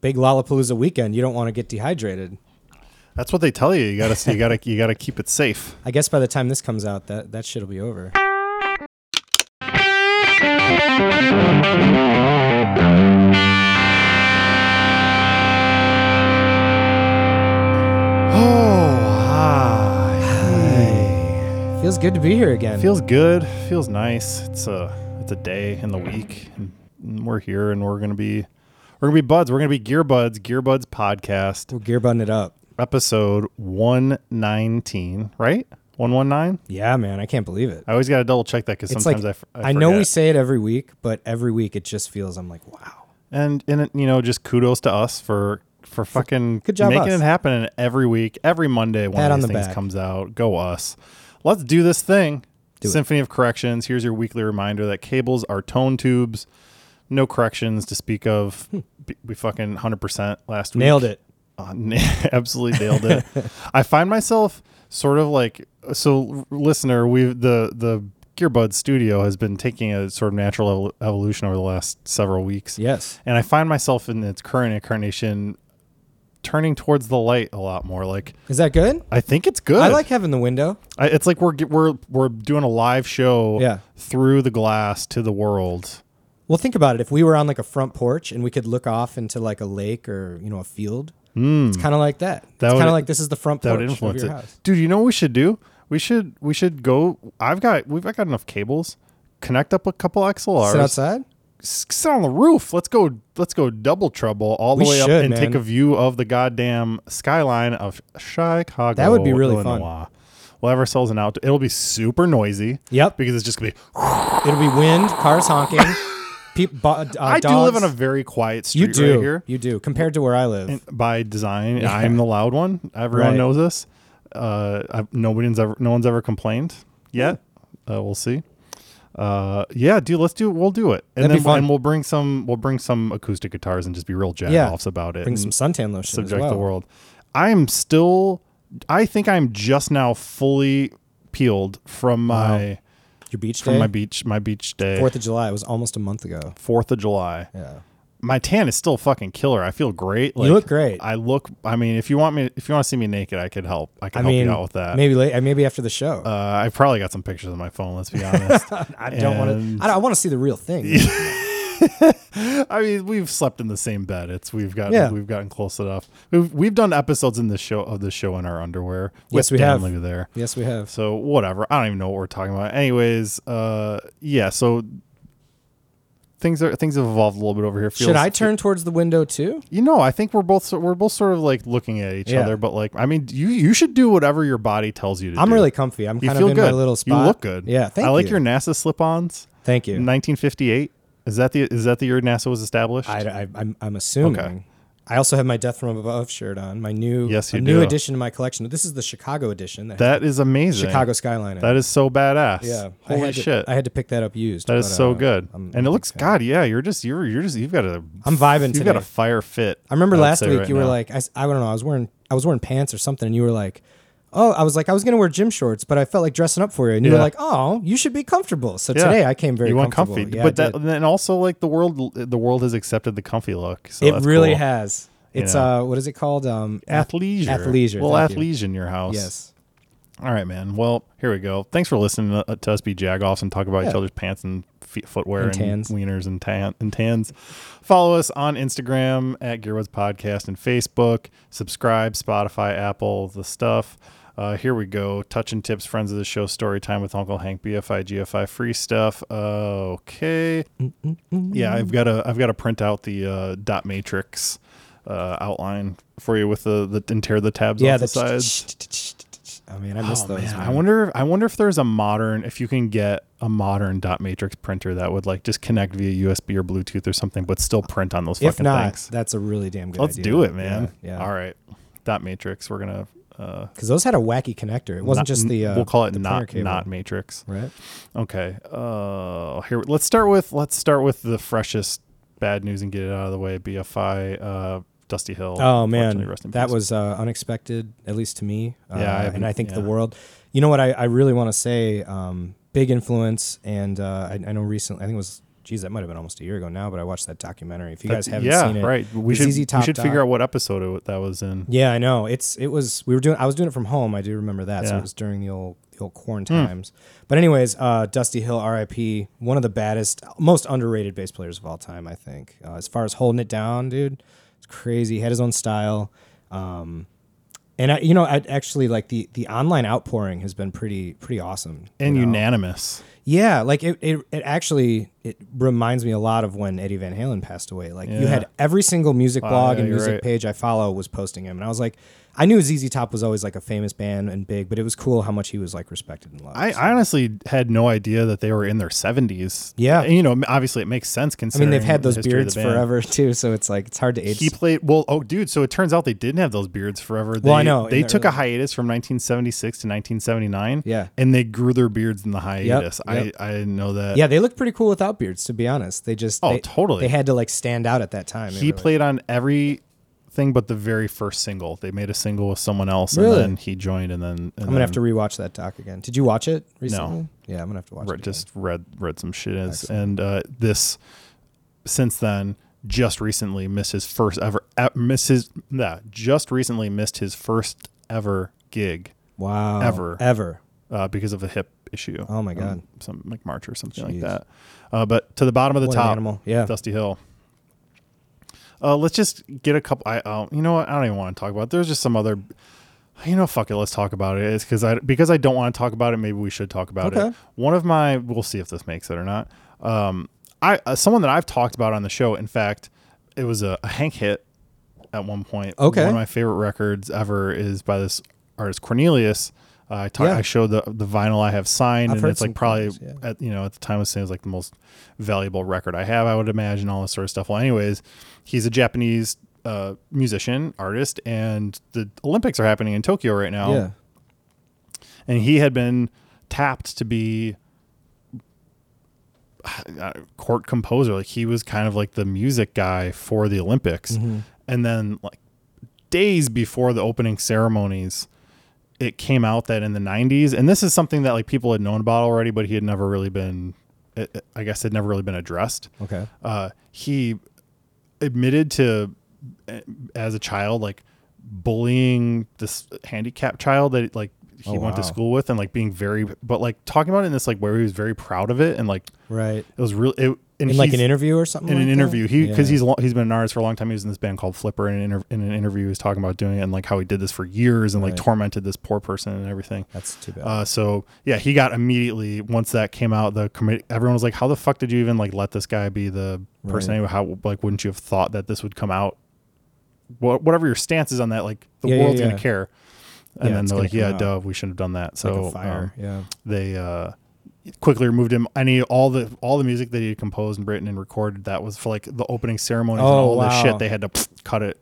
big Lollapalooza weekend, you don't want to get dehydrated. That's what they tell you. You gotta you gotta you gotta keep it safe. I guess by the time this comes out, that that shit'll be over. Oh, hi. Feels good to be here again. Feels good. Feels nice. It's a it's a day in the week, and we're here, and we're gonna be we're gonna be buds. We're gonna be gear buds. Gear buds podcast We're gear button it up. episode one nineteen. Right, one one nine. Yeah, man, I can't believe it. I always gotta double check that because It's sometimes like I, f- I know we forget. say it every week, but every week it just feels I'm like, wow. and and it- you know just kudos to us for for fucking good job, making us. it happen and every week every monday one Pat of on these the things back. comes out go us let's do this thing it. symphony of corrections here's your weekly reminder that cables are tone tubes no corrections to speak of B- we fucking 100% last Hmm. week Nailed it. uh, absolutely nailed it. I find myself sort of like so, listener. We've the the Gearbud Studio has been taking a sort of natural evol- evolution over the last several weeks. Yes. and I find myself in its current incarnation turning towards the light a lot more. Like Is that good? I think it's good. I like having the window. I, it's like we're ge- we're we're doing a live show. Yeah. through the glass to the world. Well, think about it. If we were on like a front porch and we could look off into like a lake or you know a field, it's kind of like that. Hmm. That it's would- kind of like this is the front that porch would influence of it. your house. Dude, you know what we should do? We should we should go. I've got we've got enough cables. Connect up a couple XLRs. Sit outside. S- sit on the roof. Let's go. Let's go double trouble all the We way up should, and man. take a view of the goddamn skyline of Chicago. That would be really fun. Illinois. We'll have ourselves an outdoor. It'll be super noisy. Yep. Because it's just gonna be. It'll be wind, cars honking. peop, bo- uh, I do live dogs. on a very quiet street You do. right here. You do. Compared to where I live, by design, I'm the loud one. Everyone Right. knows this. Uh, i nobody's ever, no one's ever complained yet. Hmm. Uh, we'll see. Uh, yeah, dude, let's do. We'll do it, and That'd be then we'll- fun. and we'll bring some. We'll bring some acoustic guitars and just be real jack offs about it. bring and some suntan lotion. subject as well. the world. I am still. I think I'm just now fully peeled from my Your beach from day. my beach my beach day Fourth of July. It was almost a month ago. Fourth of July. Yeah. my tan is still fucking killer. I feel great. Like, look great. I look. I mean, if you want me, if you want to see me naked, I could help. I I can help mean, you out with that. maybe late. uh, Maybe after the show. uh, I probably got some pictures on my phone. Let's be honest. I don't want and- to. I, don't- I want to see the real thing. I mean, we've slept in the same bed. It's we've gotten Yeah. we've gotten close enough. We've we've done episodes in this show of the show in our underwear. with Yes, we Dan have. Levy there. Yes, we have. So whatever. I don't even know what we're talking about. Anyways, uh, yeah. So things are things have evolved a little bit over here. Should I turn towards the window too? You know, I think we're both so- we're both sort of like looking at each Yeah. other, but like, I mean, you you should do whatever your body tells you to. I'm do. really comfy. I'm You kind feel of in good. my little spot. You look good. Yeah, thank I like you. your NASA slip-ons. Thank you. 1958. Is that the is that the year NASA was established? I, I, I'm, I'm assuming. Okay. I also have my Death from Above shirt on. My new Yes, a you new do. addition to my collection. This is the Chicago edition. That, that is amazing. Chicago skyline. in it. That is so badass. yeah. I Holy had to- shit. I had to pick that up used. that is but, so uh, good. I'm- and it looks God. Yeah. You're just you're you're just you've got a. I'm vibing You've got today. a fire fit. I remember would last say week right you were now. like, I, s- I don't know. I was wearing I was wearing pants or something, and you were like. Oh, I was like, I was gonna wear gym shorts, but I felt like dressing up for you, and you were Yeah. like, "Oh, you should be comfortable." So Yeah. today I came very you went comfortable. comfy, Yeah, I but that Oh, did. and then also like the world the world has accepted the comfy look. So it that's really cool. has. It's know. uh, what is it called? Um, ath- athleisure. Athleisure, Well, thank you. athleisure in your house. Yes. All right, man. Well, here we go. Thanks for listening to, uh, to us be jagoffs and talk about each other's pants and feet, footwear and, And tans. wieners and, tan, and tans. Follow us on Instagram at Gearwoods Podcast and Facebook. Subscribe, Spotify, Apple, the stuff. Uh, here we go. Touch and tips, friends of the show, story time with Uncle Hank, BFI, GFI, free stuff. Uh, okay. Yeah, I've got to I've got to print out the uh, dot matrix uh, outline for you with the, the and tear the tabs Yeah. off the The sides. I mean, I miss Oh, those. man. I man. wonder. I wonder if there's a modern, if you can get a modern dot matrix printer that would like just connect via USB or Bluetooth or something, but still print on those If fucking not, things. that's a really damn good Let's idea. do it, man. Yeah. All right, dot matrix. We're gonna. Uh, Because those had a wacky connector. It wasn't not- just the. Uh, we'll call it the printer not cable, not matrix. Right. Okay. Uh, here let's start with let's start with the freshest bad news and get it out of the way. BFI, uh, Dusty Hill. Oh unfortunately, man, rest in that peace. was uh, unexpected, at least to me. Uh, Yeah, I haven't- and I think the yeah. world. You know what? I, I really want to say, um, big influence, and uh, I, I know recently. I think it was geez, that might have been almost a year ago now, but I watched that documentary. If you guys That's- haven't yeah, seen it, right. We it's should easy we top should figure doc. out what episode it, that was in. Yeah, I know. It's it was we were doing I was doing it from home. I do remember that. So Yeah. it was during the old the old corn times. But anyways, uh, Dusty Hill, R.I.P. One of the baddest, most underrated bass players of all time. I think uh, as far as holding it down, dude, it's crazy. He had his own style. Um, and I, you know, I actually like the the online outpouring has been pretty pretty awesome. And you know? unanimous. Yeah, like it, it, it actually it reminds me a lot of when Eddie Van Halen passed away. Like you had every single music blog yeah, and you're music right. page I follow was posting him, and I was like, I knew ZZ Top was always like a famous band and big, but it was cool how much he was like respected and loved. I, I honestly had no idea that they were in their seventies. Yeah. you know, obviously it makes I sense mean, considering. they've had the those history of beards the band. forever too, so it's like it's hard to age. He played well. Oh, dude! So it turns out they didn't have those beards forever. They, Well, I know, in they the took a early- hiatus from 1976 to 1979. Yeah. and they grew their beards in the hiatus. yep. I I didn't know that. yeah, they look pretty cool without beards, to be honest. They just Oh, they- totally. They had to like stand out at that time. They he were like- played on everything but the very first single. They made a single with someone else, Really? and then he joined, and then and I'm gonna have to rewatch that doc again. Did you watch it recently? Yeah, I'm gonna have to watch it. re- again. just read read some shit as, and uh, this since then just recently missed his first ever uh, missed his nah, just recently missed his first ever gig wow. Ever. Ever. uh, because of a hip issue. Oh my Um, God. some like March or something like Jeez. that. Uh, but to the bottom of the What an top, animal. Yeah. Dusty Hill. Uh, let's just get a couple. I uh, you know what? I don't even want to talk about. It. There's just some other. You know, fuck it. Let's talk about it. It's because I because I don't want to talk about it. Maybe we should talk about it. Okay. One of my. We'll see if this makes it or not. Um, I uh, someone that I've talked about on the show. In fact, it was a, a Hank hit at one point. Okay. One of my favorite records ever is by this artist Cornelius. Uh, I talked. Yeah. I showed the the vinyl I have signed, I've and heard it's like some probably Cornelius, yeah. at you know at the time I was saying it was like the most valuable record I have. I would imagine all this sort of stuff. Well, anyways, he's a Japanese uh, musician artist, and the Olympics are happening in Tokyo right now Yeah. and he had been tapped to be uh, court composer like he was kind of like the music guy for the olympics and then like days before the opening ceremonies it came out that in the 90s and this is something that like people had known about already but he had never really been it, it- i guess had never really been addressed Okay. uh, he admitted to uh, as a child like bullying this handicapped child that like he Oh, went to wow. school with and like being very but like talking about it in this like where he was very proud of it and like Right. it was real it and in like an he's- interview or something. in like an interview that? he because Yeah. he's lo- he's been an artist for a long time he was in this band called flipper and in an, inter- in an interview he was talking about doing it and like how he did this for years and like Right. tormented this poor person and everything that's too bad. uh, so yeah, he got immediately once that came out. The committee, everyone was like, "How the fuck did you even like let this guy be the person? Right. anyway? How like wouldn't you have thought that this would come out? Wha- Whatever your stance is on that, like the Yeah, yeah, world's yeah. gonna care." And Yeah, then it's they're like, gonna "Yeah, come duh, we shouldn't have done that." like So a fire. um, yeah. they uh, quickly removed him. Any all the all the music that he had composed and written and recorded that was for like the opening ceremonies and Oh, all this wow. shit. They had to cut it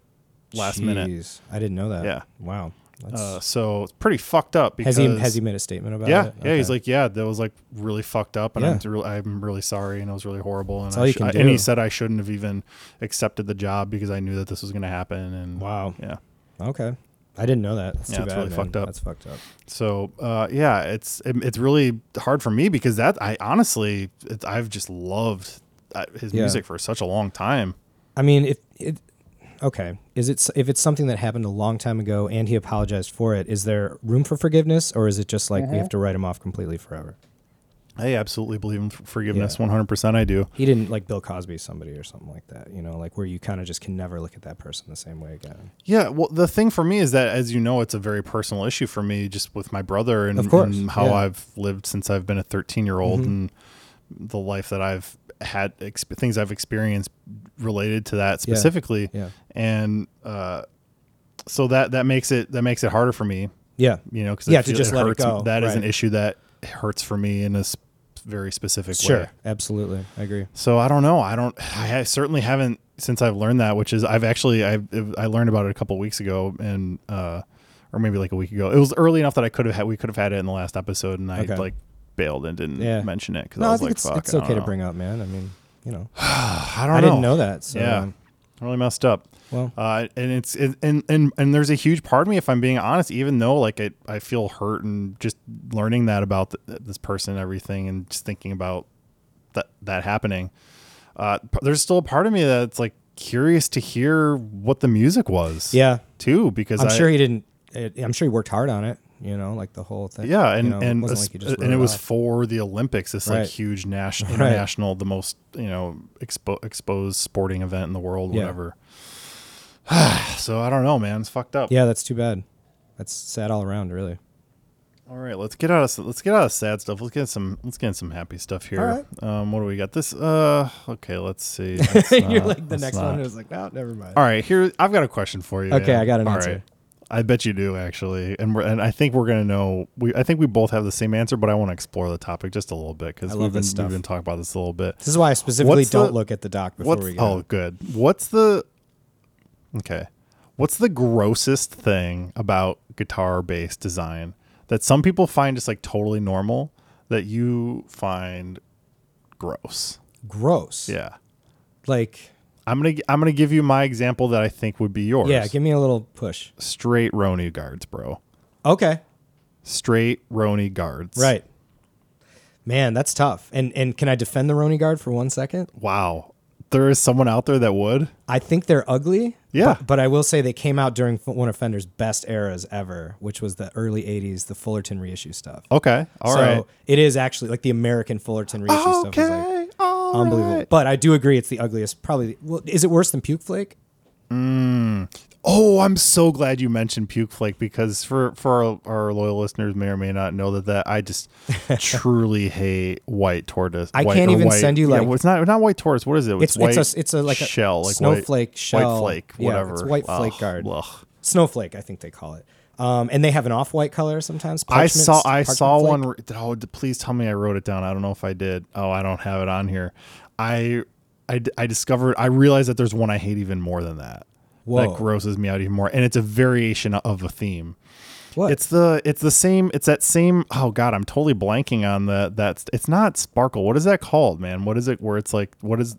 last minute. Jeez. I didn't know that. Yeah. Wow. That's, Uh, so it's pretty fucked up. Because has he has he made a statement about yeah, it? yeah. He's Okay. like, yeah, that was like really fucked up, and I'm, Yeah. real I'm really sorry, and it was really horrible. And all I you sh- can I- and he do. said I shouldn't have even accepted the job because I knew that this was going to happen. And wow. yeah, Okay. I didn't know that. That's Yeah, too it's bad. really man. fucked up. That's fucked up. so uh, yeah, it's it, it's really hard for me because that I honestly it, I've just loved uh, his Yeah. music for such a long time. I mean, if it okay, is it s- if it's something that happened a long time ago and he apologized for it, is there room for forgiveness or is it just like we have to write him off completely forever? I absolutely believe in f- forgiveness, Yeah. one hundred percent. I do. He didn't like Bill Cosby somebody or something like that, you know, like where you kind of just can never look at that person the same way again. Yeah, well, the thing for me is that, as you know, it's a very personal issue for me, just with my brother and, Of course, and how yeah. Mm-hmm. I've lived since I've been a 13 year old and the life that I've had, exp- things I've experienced related to that specifically. Yeah. And uh, so that that makes it that makes it harder for me, Yeah. you know, because Yeah, to just let it go, That is an right. issue that hurts for me in a s- very specific way. Sure. Absolutely. I agree. So I don't know. I don't. I certainly haven't since I've learned that. Which is I've actually I I learned about it a couple weeks ago, and uh, or maybe like a week ago. It was early enough that I could have had we could have had it in the last episode, and I Okay. like bailed and didn't Yeah. mention it because No, I I, was think like, it's, fuck, it's I don't okay to know. bring up, man. I mean, you know, I, I don't know. didn't know that. So, yeah, um, really messed up. well, Uh, and it's it, and and and there's a huge part of me, if I'm being honest, even though like I I feel hurt and just learning that about th- this person and everything, and just thinking about that that happening, uh, p- there's still a part of me that's like curious to hear what the music was. Yeah. Too, because I'm I, sure he didn't. It, I'm sure he worked hard on it. You know, like the whole thing. Yeah, and you know, and it wasn't es- like he just and wrote it was off. for the Olympics. This Right. like huge national, Right. international, the most you know expo- exposed sporting event in the world, Yeah. whatever. so I don't know, man. It's fucked up. yeah, that's too bad. That's sad all around, really. All right, let's get out of let's get out of sad stuff. Let's get some let's get some happy stuff here. All Um, what do we got? This. Uh, okay, let's see. That's You're not- like the that's next not- one. It was like, no, never mind. All right, here I've got a question for you. Okay, man. I got an All answer. right. I bet you do actually, and we're and I think we're gonna know. We I think we both have the same answer, but I want to explore the topic just a little bit because I we've love been this stuff. we've been talking about this a little bit. This is why I specifically What's the- don't look at the doc before What's we go. oh good? What's the okay? What's the grossest thing about guitar bass design that some people find just like totally normal that you find gross? Gross. Yeah, Like, I'm gonna I'm gonna give you my example that I think would be yours. yeah, give me a little push. straight Roni guards, bro. Okay. Straight Roni guards. Right. Man, that's tough. And and can I defend the Roni guard for one second? Wow. There is someone out there that would. I think they're ugly. Yeah. But, but I will say they came out during one of Fender's best eras ever, which was the early 80s, the Fullerton reissue stuff. Okay. Oh, all so right. it is actually like the American Fullerton reissue stuff is like okay. all unbelievable. right. But I do agree it's the ugliest. Probably well, is it worse than Puke Flake? Oh, I'm so glad you mentioned Puke Flake because for for our, our loyal listeners may or may not know that that I just truly hate white tortoise. I white- can't or even white- send you, yeah, like- well, it's not not white tortoise. What is it? It's white. it's a it's a like a shell, like snowflake white, shell, white flake, Yeah, whatever. it's white flake Ugh, guard, ugh. snowflake. I think they call it. Um, and they have an off-white color sometimes. I parchment- saw I parchment saw flake. one. re- Oh, d- please tell me I wrote it down. I don't know if I did. Oh, I don't have it on here. I I, d- I discovered. I realized that there's one I hate even more than that. Whoa. That grosses me out even more, and it's a variation of a theme. What? It's the it's the same. It's that same. Oh God, I'm totally blanking on the that's. It's not sparkle. What is that called, man? What is it? Where it's like what is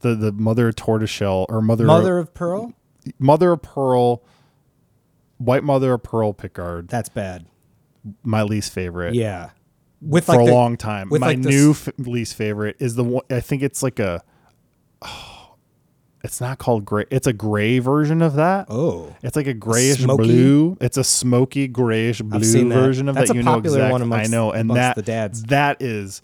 the the mother tortoiseshell or mother mother of pearl. mother of pearl, white mother of pearl Picard. That's bad. My least favorite. Yeah, with for like a the- long time. with My like this- new f- least favorite is the one. I think it's like a. it's not called gray. It's a gray version of that. Oh, It's like a grayish smoky? blue. It's a smoky grayish blue seen that. version of That's that. a you know popular exactly. one amongst- I know, and amongst that the dads. that is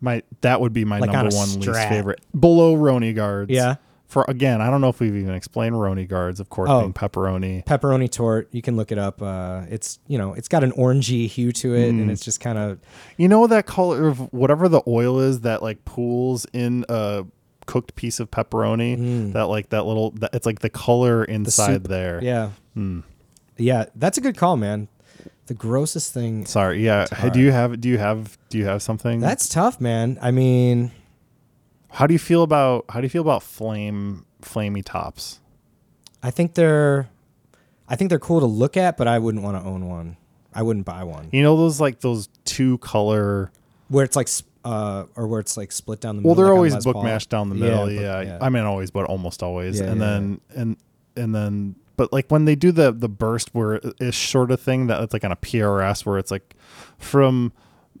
my that would be my Like on number a one least strap. favorite, below Roni guards. Yeah. For again, I don't know if we've even explained Roni guards. Of course, Oh. being pepperoni. pepperoni tort. You can look it up. Uh, it's you know it's got an orangey hue to it, Mm. and it's just kind of You know that color of whatever the oil is that like pools in a cooked piece of pepperoni. That like that little. That, it's like the color inside Mm. soup. there. yeah, Hmm. yeah. That's a good call, man. The grossest thing. Sorry. Yeah. Do you have? Do you have? Do you have something? That's tough, man. I mean, How do you feel about? How do you feel about flame? Flamey tops. I think they're, I think they're cool to look at, but I wouldn't want to own one. I wouldn't buy one You know those like those two color. where it's like, s- uh, or where it's like split down the Well, middle. they're like on always Les book Paul. mashed down the middle. book- Yeah, I mean always, but almost always. Yeah, and yeah, then and and then but like when they do the the burst where ish sort of thing that it's like on a PRS where it's like from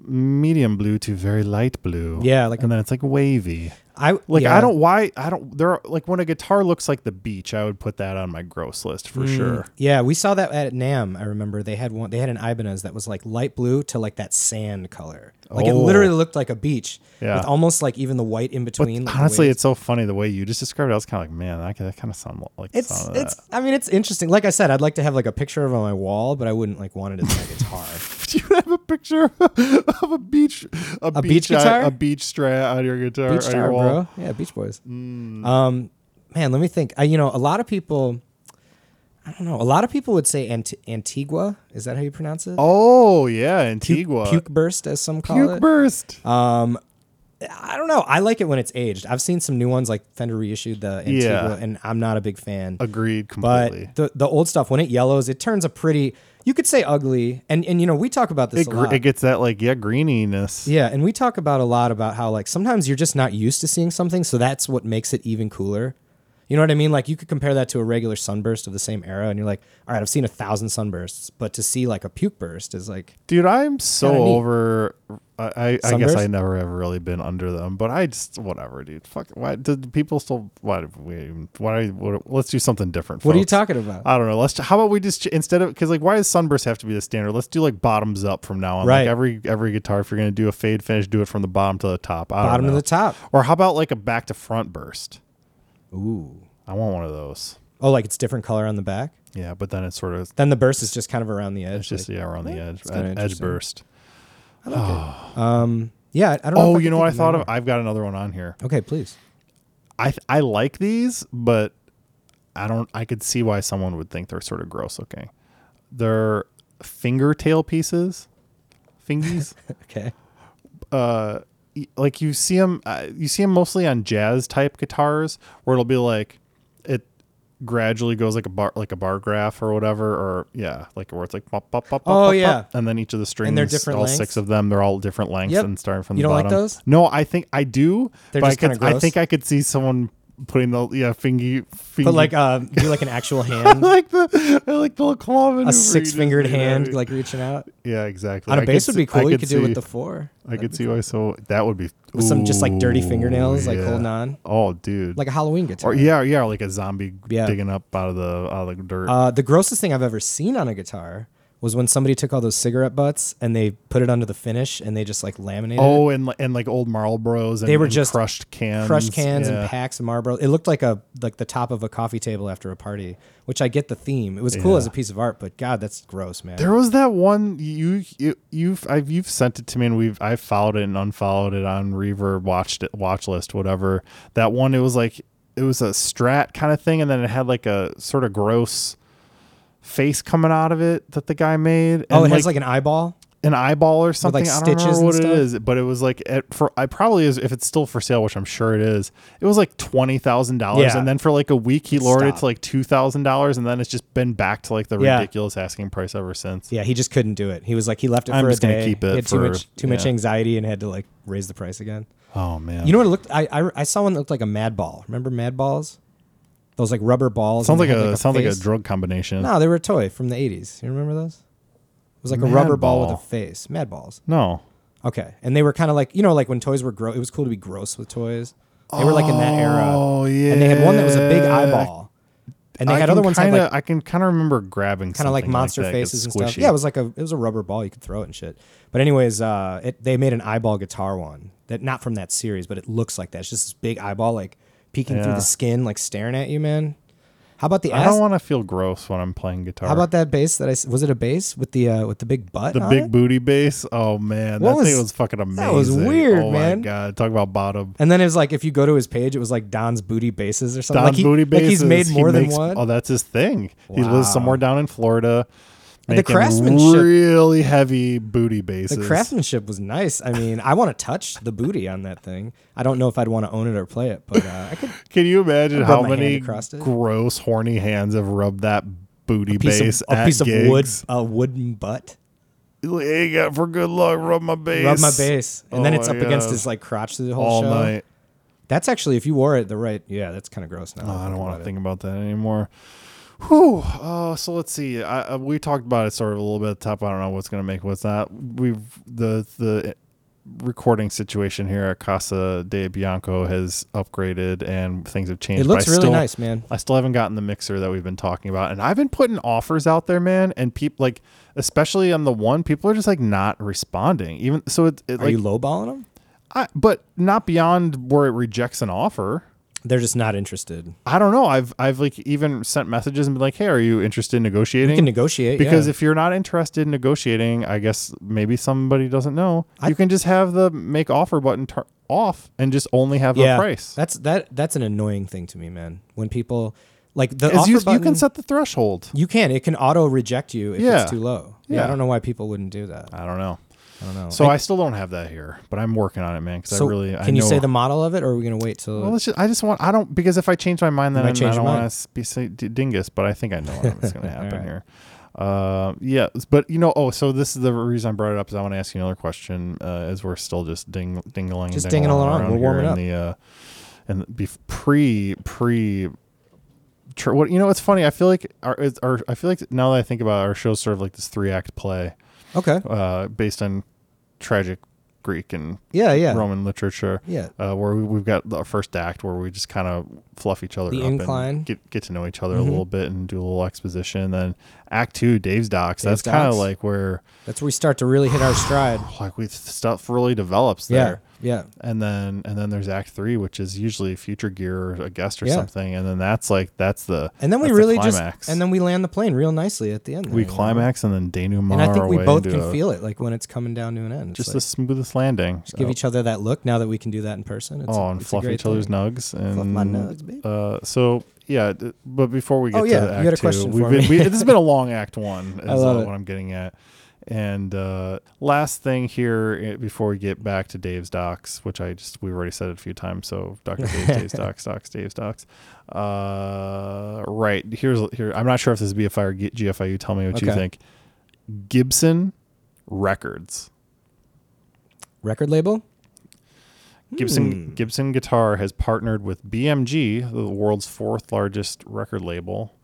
medium blue to very light blue. Yeah, like and then it's like wavy. I Like yeah. I don't why I don't there are, like when a guitar looks like the beach, I would put that on my gross list for sure. Yeah, we saw that at Nam. I remember they had one. They had an Ibanez that was like light blue to like that sand color. Like it Oh. literally looked like a beach Yeah. with almost like even the white in between. like, the Honestly, waves. it's so funny the way you just described it. I was kind of like, man, that, that kind of sound like It's sound of it's. I mean, it's interesting. Like I said, I'd like to have like a picture of it on my wall, but I wouldn't like want it as my guitar. Do you have a picture of a beach, a, beach eye- guitar? a beach strat on your guitar, Beach on your Star, wall? Mm. bro. Yeah, Beach Boys. Um, man, let me think. I, you know, a lot of people. I don't know. A lot of people would say Ant- Antigua. Is that how you pronounce it? Oh yeah, Antigua. Puke burst, as some call Puke it. burst. I don't know. I like it when it's aged. I've seen some new ones like Fender reissued the Antigua, Yeah. and I'm not a big fan. Agreed completely. But the the old stuff when it yellows, it turns a pretty. You could say ugly, and and you know we talk about this it, a gr- lot. it gets that like yeah greeniness. yeah, and we talk about a lot about how like sometimes you're just not used to seeing something, so that's what makes it even cooler. You know what I mean? Like you could compare that to a regular sunburst of the same era, and you're like, all right, I've seen a thousand sunbursts, but to see like a puke burst is like, Dude, I'm so Kinda neat. over. I, I, I guess Sunburst? I never have really been under them, but I just whatever, dude. Fuck. Why did people still? Why do we? even- Why? What, let's do something different. what are you folks. talking about? I don't know. Let's. How about we just instead of because like why does sunburst have to be the standard? Let's do like bottoms up from now on. Right. Like every every guitar, if you're gonna do a fade finish, do it from the bottom to the top. I Bottom to don't know. the top. Or how about like a back to front burst? Ooh. I want one of those. Oh, like it's different color on the back. Yeah, but then it's sort of Then the burst is just kind of around the edge. it's just like- yeah around the edge, kinda ed- edge interesting. burst. yeah. I don't. know Oh, if you can know what I think thought mine of? I've got another one on here. right. Okay, please. I th- I like these, but I don't. I could see why someone would think they're sort of gross looking. They're fingertail pieces, fingies. Okay. uh, y- like you see them, uh, you see them mostly on jazz type guitars, where it'll be like it gradually goes like a bar, like a bar graph or whatever, or yeah, like where it's like pop, pop, pop, pop, Oh, pop, yeah. pop, and then each of the strings, they're different all lengths? six of them, they're all different lengths Yep. and starting from You the don't like bottom. those? No, I think I do, They're but just I, kinda could, I gross? think I could see someone putting the yeah fingy, fingy But like, uh, do like an actual I hand, like the I like the little claw maneuver you a just six fingered did. hand, like reaching out. yeah exactly On I a bass would see- be I cool. You could do it see- with the four. I could see why. So that would be With some just like dirty Ooh, fingernails, like yeah. holding on, Oh, dude. like a Halloween guitar. or e- yeah, yeah, or like a zombie Yeah. digging up out of the out of the dirt. Uh, the grossest thing I've ever seen on a guitar was when somebody took all those cigarette butts and they put it under the finish and they just like laminated it. oh, and li- and like old Marlboros. And, They were and just crushed cans, crushed cans Yeah. and packs of Marlboro. It looked like a like the top of a coffee table after a party, which I get the theme. It was cool Yeah. as a piece of art, but God, that's gross, man. There was that one you you you've I've you've sent it to me and we've I followed it and unfollowed it on Reverb watched it watch list whatever that one it was like it was a strat kind of thing and then it had like a sort of gross face coming out of it that the guy made oh, it and has like an eyeball. an eyeball or something. like, I don't stitches remember and what it stuff? is, but it was like it, for I probably is if it's still for sale, which I'm sure it is. It was like twenty thousand dollars, Yeah. and then for like a week he lowered it Stop. to like two thousand dollars, and then it's just been back to like the Yeah. ridiculous asking price ever since. Yeah, he just couldn't do it. He was like he left it I'm for just a gonna day. keep it he had too for- much too much yeah. anxiety and had to like raise the price again. Oh man, You know what it looked? I, I I saw one that looked like a mad ball. Remember mad balls? Those like rubber balls. sounds and they like a, had, sounds like a face. drug combination. No, they were a toy from the '80s. You remember those? It was like a Mad rubber ball. ball. with a face. Mad balls. No. Okay, and they were kind of like you know like when toys were gross. It was cool to be gross with toys. They were like in that era, Oh yeah, and they had one that was a big eyeball, and they I had can other ones kinda, had like I can kind of remember grabbing kind of like monster faces and stuff. Yeah, it was like a it was a rubber ball you could throw it and shit. But anyways, uh, it, they made an eyeball guitar one that not from that series, but it looks like that. It's just this big eyeball like peeking through Yeah. the skin, like staring at you, man. How about the I ass? don't want to feel gross when I'm playing guitar. How about that bass that I s- was it a bass with the uh, with the big butt? The on big it? booty bass. Oh man, What that thing was- was fucking amazing. that was weird, oh, man. my god, talk about bottom. And then it was like if you go to his page, it was like Don's booty bases or something. Don like he, booty Like bass. he's made more than one. Oh, that's his thing. He lives Wow. somewhere down in Florida. And the making craftsmanship- Really heavy booty bases. The craftsmanship was nice. I mean, I want to touch the booty on that thing. I don't know if I'd want to own it or play it, but uh, I could Can you imagine I'd how rub my hand many across it. gross, horny hands have rubbed that booty piece bass of, a at piece gigs? of wood, a wooden butt. Like, Hey, yeah, for good luck, rub my bass. Rub my bass, and then Oh it's my up against God. his like crotch through the whole all show. night. That's actually if you wore it the right. Yeah, that's kind of gross now. Oh, I don't want about to it. think about that anymore. Whew. Oh, so let's see. I, I, we talked about it sort of a little bit at the top. I don't know what's going to make what's not. We've the the recording situation here at Casa de Bianco has upgraded and things have changed. It but looks I really still- nice, man. I still haven't gotten the mixer that we've been talking about, and I've been putting offers out there, man. And people like, especially on the one, people are just like not responding. Even so, it, it Are like, you lowballing them? I, but not beyond where it rejects an offer. They're just not interested. I don't know. I've I've like even sent messages and been like, "Hey, are you interested in negotiating?" You can negotiate because yeah. if you're not interested in negotiating, I guess maybe somebody doesn't know. you can just have the make offer button tur off and just only have yeah, a price. That's that. That's an annoying thing to me, man. When people like the 'Cause offer you, you button- can set the threshold. You can. It can auto reject you if Yeah. it's too low. Yeah. Yeah. I don't know why people wouldn't do that. I don't know. I don't know. So I, still don't have that here, but I'm working on it, man. Because so I really can I you know- say the model of it, or are we gonna wait till? Well, let's just, I just want I don't because if I change my mind, then might I change don't your want mind. to be say, d- dingus. But I think I know what's going to happen right. here. Uh, yeah, but you know, oh, so this is the reason I brought it up is I want to ask you another question. Uh, as we're still just ding dingling, Just dingling dinging along. We're warming in the uh, and bef- pre pre tr- what you know? It's funny. I feel like our, it's our I feel like now that I think about it, our show's sort of like this three act play Okay. uh, based on tragic Greek and Yeah, yeah. Roman literature. Yeah. Uh, where we, we've got our first act where we just kind of fluff each other The up incline. Mm-hmm. and get, get to know each other a little bit and do a little exposition. Then act two, Dave's docs. Dave's that's kind of Docs. like where That's where we start to really hit our stride. like we stuff really develops Yeah. there. Yeah. And then and then there's act three, which is usually future gear or a guest or Yeah. something. And then that's like that's the And then we that's the really climax. just and then we land the plane real nicely at the end. we there, you know? climax and then denouement. And I think our we way both into can a- feel it, like when it's coming down to an end. It's just like, the smoothest landing. just give each other that look now that we can do that in person. It's, oh, and it's a fluff great each other's thing. nugs and Fluff my nugs, baby. Uh, so yeah, d- but before we get Oh, to yeah, act you had a two, question we've for been, me. we, this has been a long act one. Is I love uh, it. what I'm getting at. And uh, last thing here eh, before we get back to Dave's docs, which I just we've already said it a few times. So Dr. Dave's, Dave's docs, docs, Dave's docs. Uh, right here's here. I'm not sure if this is BFI or G- GFI. You tell me what you Okay. think. Gibson Records. Record label? Gibson Hmm. Gibson Guitar has partnered with BMG, the world's fourth largest record label,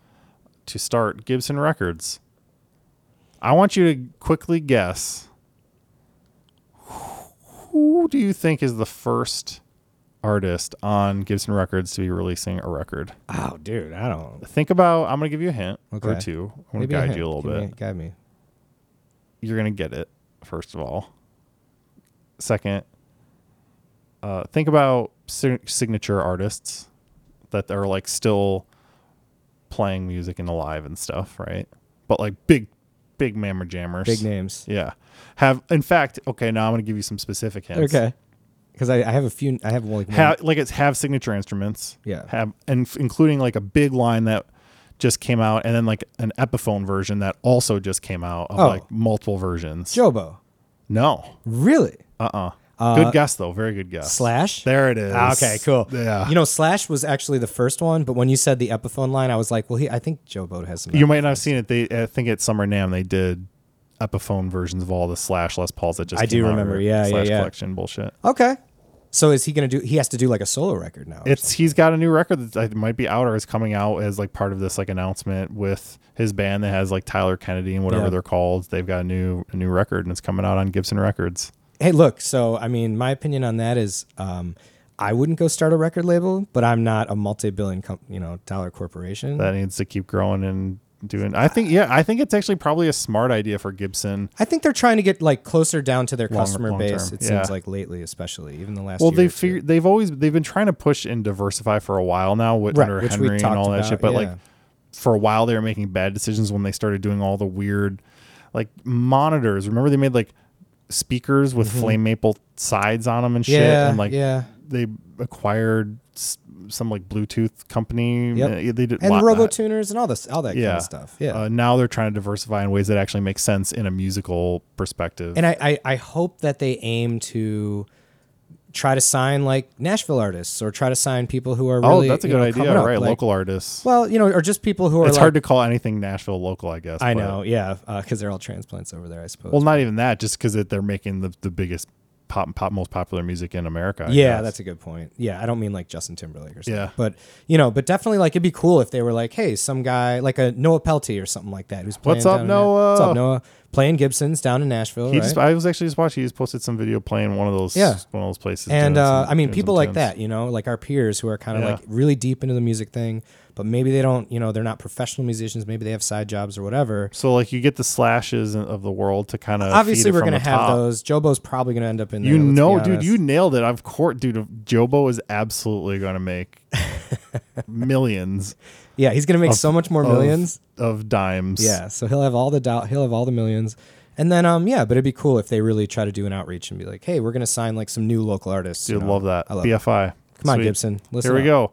to start Gibson Records. I want you to quickly guess who do you think is the first artist on Gibson Records to be releasing a record? Oh, dude, I don't. Think about I'm going to give you a hint or Okay. two. I'm going to Maybe I guide had- you a little give bit. me- guide me. You're going to get it first of all. Second, uh, think about si- signature artists that are like still playing music and alive and stuff, right? But like big, big mammer jammers. Big names. Yeah. Have, in fact, okay, now I'm going to give you some specific hints. Okay. Because I, I have a few. I have like one. Have, like it's have signature instruments. Yeah. Have, and f- including like a big line that just came out and then like an Epiphone version that also just came out of Oh. like multiple versions. Jobo. No. Really? Uh-uh. Uh, good guess though. Very good guess. Slash? There it is. Ah, Okay, cool. Yeah. You know, Slash was actually the first one, but when you said the Epiphone line, I was like, well, he, I think Joe Boat has some. You might not have seen it. They, I think at Summer Nam they did Epiphone versions of all the Slash Les Pauls that just I came do out, remember. or Yeah, yeah, Slash yeah. collection bullshit. okay. So is he going to do, he has to do like a solo record now? or It's he's got a new record that I- might be out or is coming out as like part of this like announcement with his band that has like Tyler Kennedy and whatever Yeah. they're called. They've got a new a new record and it's coming out on Gibson Records. hey look so i mean my opinion on that is um i wouldn't go start a record label but i'm not a multi-billion com- you know dollar corporation That needs to keep growing and doing. I think yeah, I think it's actually probably a smart idea for Gibson. i think they're trying to get like closer down to their Long- customer long base term, it yeah. seems like lately especially even the last Well, year they or two. figure they've always they've been trying to push and diversify for a while now with Right, under which we Henry and talked all that about, shit. But like yeah. for a while, they were making bad decisions when they started doing all the weird like monitors. Remember they made like speakers with flame maple sides on them and shit, Mm-hmm. yeah and like yeah they acquired s- some like Bluetooth company. Yep. Uh, They did and the lot- robo tuners and all this all that yeah kind of stuff yeah Uh, now they're trying to diversify in ways that actually make sense in a musical perspective. and I, I i hope that they aim to try to sign like nashville artists or try to sign people who are oh, really that's a you good know, idea, coming up, right? like- local artists. well you know or just people who are it's like, hard to call anything Nashville local, I guess. i but- know yeah because they're all transplants over there i suppose Well, not even that, just because they're making the, the biggest pop, pop, most popular music in America. I Yeah, guess. that's a good point. Yeah, I don't mean like Justin Timberlake or something. Yeah. But you know, but definitely like it'd be cool if they were like, hey, some guy like a Noah Pelty or something like that who's playing. What's up, down in- Noah? What's up, Noah? Playing Gibson's down in Nashville. He right? just, I was actually just watching. He just posted some video playing one of those, Yeah. one of those places. and doing uh, some- I mean, doing people some like tunes. that, you know, like our peers who are kind of Yeah. like really deep into the music thing, but maybe they don't, you know, they're not professional musicians. Maybe they have side jobs or whatever. So like, you get the slashes of the world to kind of Obviously, we're going to gonna have those. Jobo's probably gonna end up in there. You let's be know, dude, honest. you nailed it. Of course, dude. uh, Jobo is absolutely going to make millions, yeah, he's gonna make so much more of- millions. of, dimes. Yeah, so he'll have all the dol- he'll have all the millions, and then um yeah, but it'd be cool if they really try to do an outreach and be like, hey, we're gonna sign like some new local artists. dude, you know? love that. I love it. BFI. Come on, Sweet. Gibson. Listen Here we up. go.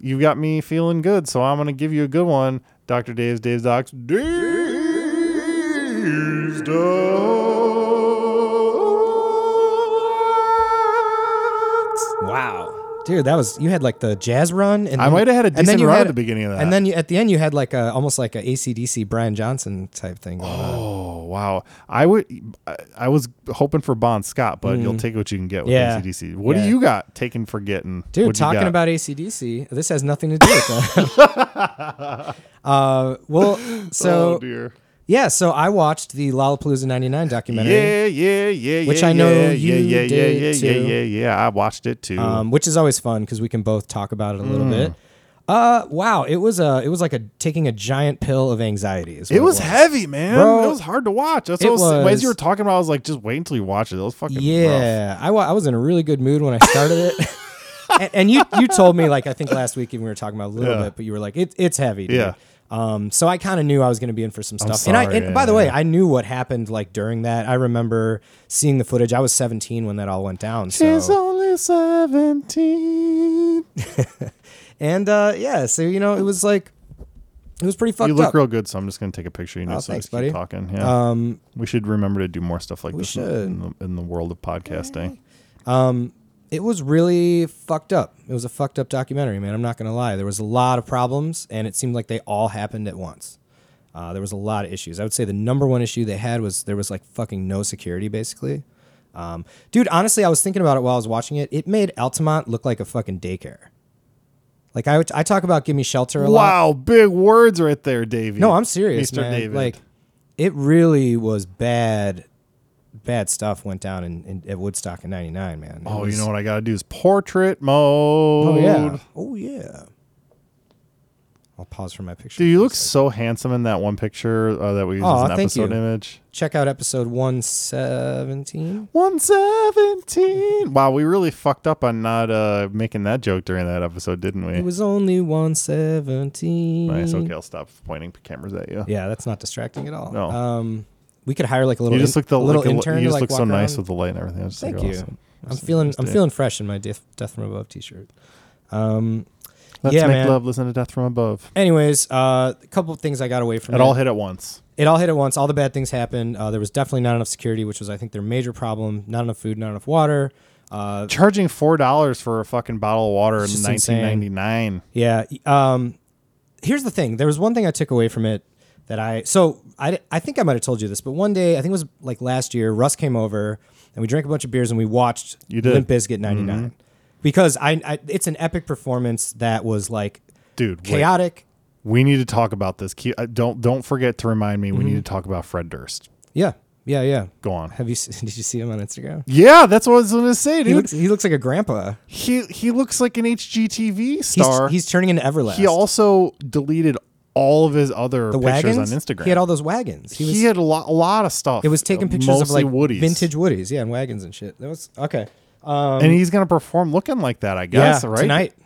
You got me feeling good, so I'm gonna give you a good one. Dr. Dave's Dave's Docs. Dave's Docs. Wow, Dude, that was you had like the jazz run, and I then- might have had a and then decent you run had- at the beginning of that. and then you, at the end you had like a almost like a ACDC Brian Johnson type thing. Going on. Oh wow! I would, I- I was hoping for Bon Scott, but you'll take what you can get with Mm. Yeah. ACDC. What Yeah. do you got taken for getting? Dude, What you talking got? about ACDC, this has nothing to do with that. uh, well, so oh dear, yeah, so I watched the Lollapalooza '99 documentary. yeah, yeah, yeah, Which yeah, I know yeah, you yeah, yeah, did yeah, yeah, too. yeah, yeah, yeah. Mm. I watched it too. um, which is always fun because we can both talk about it a little bit. Uh, wow, it was a it was like a taking a giant pill of anxiety. Is what it was heavy, man. Bro, it was hard to watch. That's what it I was, was. as you were talking about. I was like, just wait until you watch it. It was fucking rough. Yeah, I wa- I was in a really good mood when I started it. and, and you you told me like I think last week even we were talking about it a little Yeah. bit, but you were like it, it's heavy. Dude. Yeah. Um, so I kind of knew I was going to be in for some stuff. and I, sorry, and by the way, yeah. I knew what happened like during that. I remember seeing the footage. I was 17 when that all went down. She's So. only seventeen. oh. And uh, yeah, so you know, it was like it was pretty fucked You look up. Oh, real good, so I'm just gonna take a picture. You know, so thanks, just buddy. keep talking. Yeah. Um, we should remember to do more stuff like this in the- should. In, the, in the world of podcasting. it was really fucked up. It was a fucked up documentary, man. I'm not gonna lie. There was a lot of problems, and it seemed like they all happened at once. Uh, there was a lot of issues. I would say the number one issue they had was there was like fucking no security, basically. Um, dude, honestly, I was thinking about it while I was watching it. It made Altamont look like a fucking daycare. Like I, would- I talk about give me shelter a lot. Wow, big words right there, Davey. No, I'm serious, Mr. man. David. Like, it really was bad. Bad stuff went down in, in at Woodstock in '99, man. It oh, was- you know what I gotta do is portrait mode. Oh yeah. Oh yeah. I'll pause for my picture. Dude, you look so handsome in that one picture uh, that we used Aw, as an thank episode you. image. Check out episode 117. One seventeen. Wow, we really fucked up on not uh, making that joke during that episode, didn't we? It was only 117. nice. Okay, I'll stop pointing cameras at you. Yeah, that's not distracting at all. No. Um, we could hire like a little You just in- look the a little like, intern. You to, just like, look so walk nice around. with the light and everything. I was just Thank like, you. awesome. I'm feeling I'm it. feeling fresh in my Death, Death from Above t-shirt. Um Let's Yeah, make man. love, listen to death from above. anyways, uh a couple of things I got away from It it. all hit at once. it all hit at once. All the bad things happened. Uh, there was definitely not enough security, which was I think their major problem. Not enough food, not enough water. Uh, Charging four dollars for a fucking bottle of water in just 1999. Yeah. Um, here's the thing. There was one thing I took away from it that I so I I think I might have told you this, but one day I think it was like last year. Russ came over and we drank a bunch of beers and we watched You did. Mm-hmm. Limp Bizkit '99 because I, I it's an epic performance that was like Dude, wait. chaotic. we need to talk about this. Keep, uh, don't don't forget to remind me. Mm-hmm. We need to talk about Fred Durst. Yeah. Yeah. Yeah. Go on. Have you se- did you see him on Instagram? Yeah, that's what I was gonna say, He dude. looks he looks like a grandpa. He he, looks like an HGTV He's, star. he's turning into Everlast. he also deleted all of his other the pictures wagons on Instagram. He had all those wagons. He was He had a lot, a lot of stuff. it was taking pictures of mostly like Woodies. vintage Woodies, yeah, and wagons and shit. That was okay. and he's gonna perform looking like that. I guess right Um, tonight.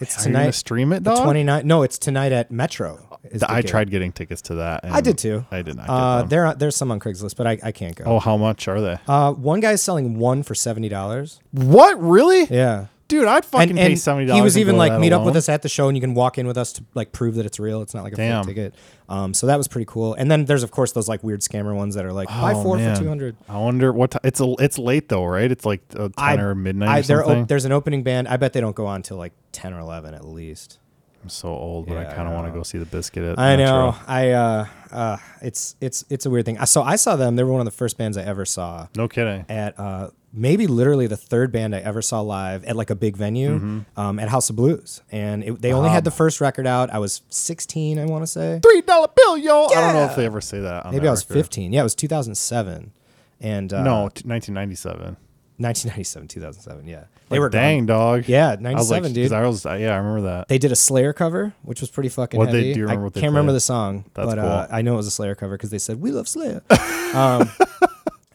it's Are you gonna tonight. stream it, The dog? 29 No, it's tonight at Metro. is the I gig. tried getting tickets to that. And I did too. I did not. Get Uh, them. there are, there's some on Craigslist, but I, I can't go. Oh, how much are they? Uh, one guy's selling one for seventy dollars. what really? Yeah, Dude, I'd fucking and, pay and seventy dollars. he was even like, meet up with us at the show, and you can walk in with us to like prove that it's real. It's not like a Damn. fake ticket. Um, so that was pretty cool. And then there's of course those like weird scammer ones that are like buy four for two hundred. Oh, I wonder what ti it's. A, it's late though, right? It's like uh, I- ten or midnight I, or they're something. op- there's an opening band. I bet they don't go on till like ten or eleven at least. I'm so old, but Yeah, I I kind of want to know. go see the biscuit. At I Metro. know. I uh, uh, it's it's it's a weird thing. I- So I saw them. They were one of the first bands I ever saw No kidding. at uh, maybe literally the third band I ever saw live at like a big venue Mm-hmm. um, at House of Blues, and it, they only had the Um. first record out. I was 16, I want to say. Three dollar bill, yo. I don't know if Yeah. they ever say that. On Maybe that I was record. 15. Yeah, it was 2007, and uh, No, t- 1997. 1997, 2007. Yeah, they Like, were gone. dang dog. Yeah, I was like, 97, 'cause dude. I was, uh, yeah, I remember that. They did a Slayer cover, which was pretty fucking What'd they heavy. do? You remember I what they can't remember played? the song, That's but uh, cool. I know it was a Slayer cover because they said we love Slayer. um,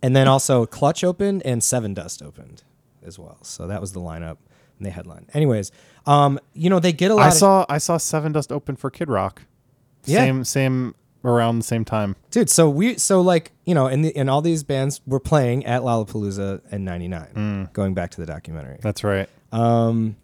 and then also Clutch opened and Seven Dust opened as well. So that was the lineup and they headlined. Anyways, um, you know they get a lot. I of- saw, I saw Seven Dust open for Kid Rock. Yeah. Same, same around the same time. dude. So we, so like you know, and the, and all these bands were playing at Lollapalooza in '99. Mm. Going back to the documentary, That's right. Um,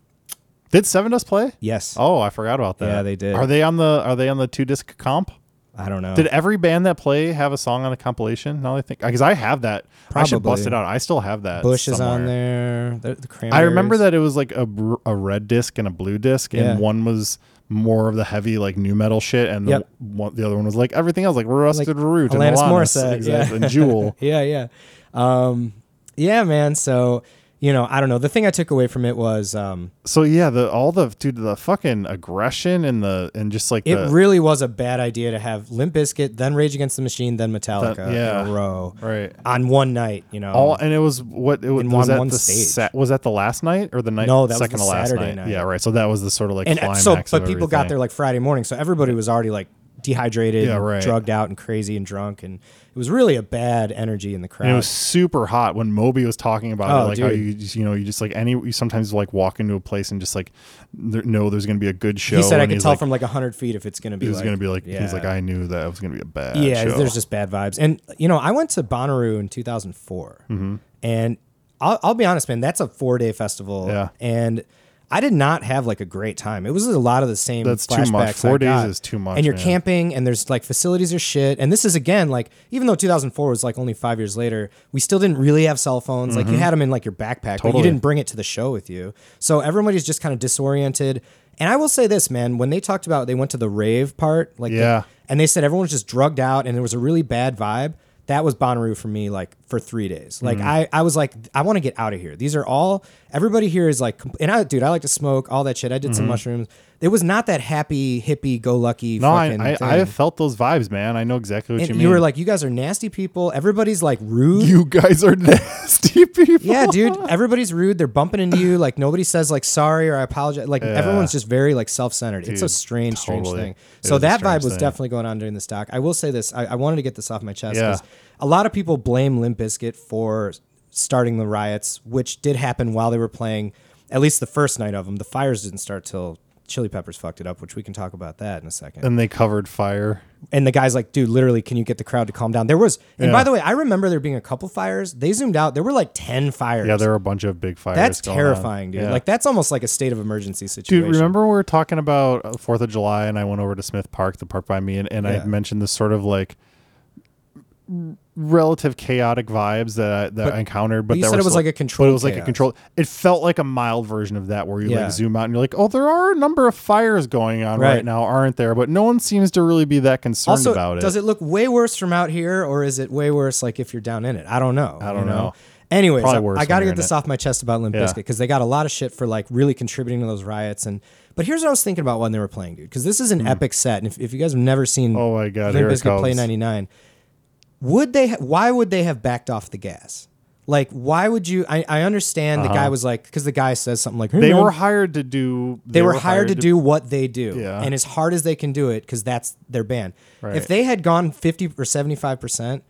did Seven Dust play? yes. Oh, I forgot about that. Yeah, they did. Uh. Are they on the Are they on the two disc comp? I don't know. Did every band that play have a song on the compilation? Now that I think because I have that. I should bust Probably. it out. I still have that. Bush is on somewhere. there. The, the I remember Cranberries. that it was like a, br- a red disc and a blue disc, and Yeah. one was more of the heavy like new metal shit, and Yep. the, one, the other one was like everything else, like Rusted Root, and Alanis Alanis, Morissette, yeah. exactly, and Jewel. yeah, yeah. Um, yeah, man. So, you know, I don't know. The thing I took away from it was um, So yeah, the all the dude the fucking aggression and the and just like it the, really was a bad idea to have Limp Bizkit, then Rage Against the Machine, then Metallica yeah. in a row right. on one night, you know. All and it was what it was, In one- was that one the stage. sa- was that the last night or the night No, that was second the to last Saturday night. night. yeah right so that was the sort of like and uh, climax so, of but people got everything. there like Friday morning, so everybody was already like dehydrated, Yeah, and right. drugged out, and crazy and drunk, and it was really a bad energy in the crowd. And it was super hot when Moby was talking about it, Oh, like how dude. you just, you know you just like any you sometimes like walk into a place and just like there, know there's gonna be a good show. he said I and could he's tell like, from like hundred feet if it's going to be. it was like, gonna be like he's like yeah. I knew that it was gonna be a bad yeah, show. there's just bad vibes. And you know, I went to Bonnaroo in 2004, Mm-hmm. and I'll, I'll be honest, man, that's a four day festival. Yeah. and I did not have like a great time. It was a lot of the same. That's too much. flashbacks Four I days got. is too much, And you're man. camping, and there's like facilities are shit. And this is again like even though 2004 was like only five years later, we still didn't really have cell phones. Like you had them in like your backpack, but Mm-hmm. Totally. you didn't bring it to the show with you. So everybody's just kind of disoriented. And I will say this, man, when they talked about they went to the rave part, like the- Yeah. and they said everyone was just drugged out and there was a really bad vibe. That was Bonnaroo for me, like for three days. Like Mm. I, I was like, I want to get out of here. These are all everybody here is like, compl- and I, dude, I like to smoke all that shit. I did Mm-hmm. some mushrooms. It was not that happy, hippie, go lucky. no, fucking I I, thing. I have felt those vibes, man. I know exactly what And you you, mean. were like, you guys are nasty people. Everybody's like rude. you guys are nasty people. yeah, dude. Everybody's rude. They're bumping into you. Like nobody says like sorry or I apologize. Like everyone's just very like self centered. It's a Dude, strange, strange totally. thing. It So is a that strange vibe was thing. definitely going on during the stock. I will say this. I, I wanted to get this off my chest Yeah. because a lot of people blame Limp Bizkit for starting the riots, which did happen while they were playing. At least the first night of them, the fires didn't start till Chili Peppers fucked it up, which we can talk about that in a second and they covered fire. and the guy's like, dude, literally, can you get the crowd to calm down? There was, and Yeah. by the way, I remember there being a couple fires. They zoomed out. There were like 10 fires. Yeah, there were a bunch of big fires. that's going on. terrifying, dude. Yeah. Like, that's almost like a state of emergency situation. Dude, remember we were talking about uh, Fourth of July, and I went over to Smith Park, the park by me, and, and I Yeah. mentioned this sort of like r- relative chaotic vibes that I, that I encountered. But you that said were it was sl- like a But controlled it was like a chaos. control. It felt like a mild version of that, where you Yeah. like zoom out and you're like, oh, there are a number of fires going on right, Right. now, aren't there? But no one seems to really be that concerned Also, about it. does it look way worse from out here, or is it way worse like if you're down in it? I don't know. I don't know. Anyways, Probably I- worse I when got to you're get in this it. off my chest about Limp Yeah. Bizkit because they got a lot of shit for like really contributing to those riots. And but here's what I was thinking about when they were playing, dude, because this is an epic set. And if, if you guys have never seen, Hmm. Oh my God, Limp here it Bizkit play comes. '99, would they? Ha- why would they have backed off the gas? Like, why would you? I, I understand the guy was like, because the guy says something like, "Hey, Uh-huh. They man, were hired to do. they, were, hired, to do what they do Yeah. and as hard as they can do it because that's their band Right. if they had gone 50 or 75%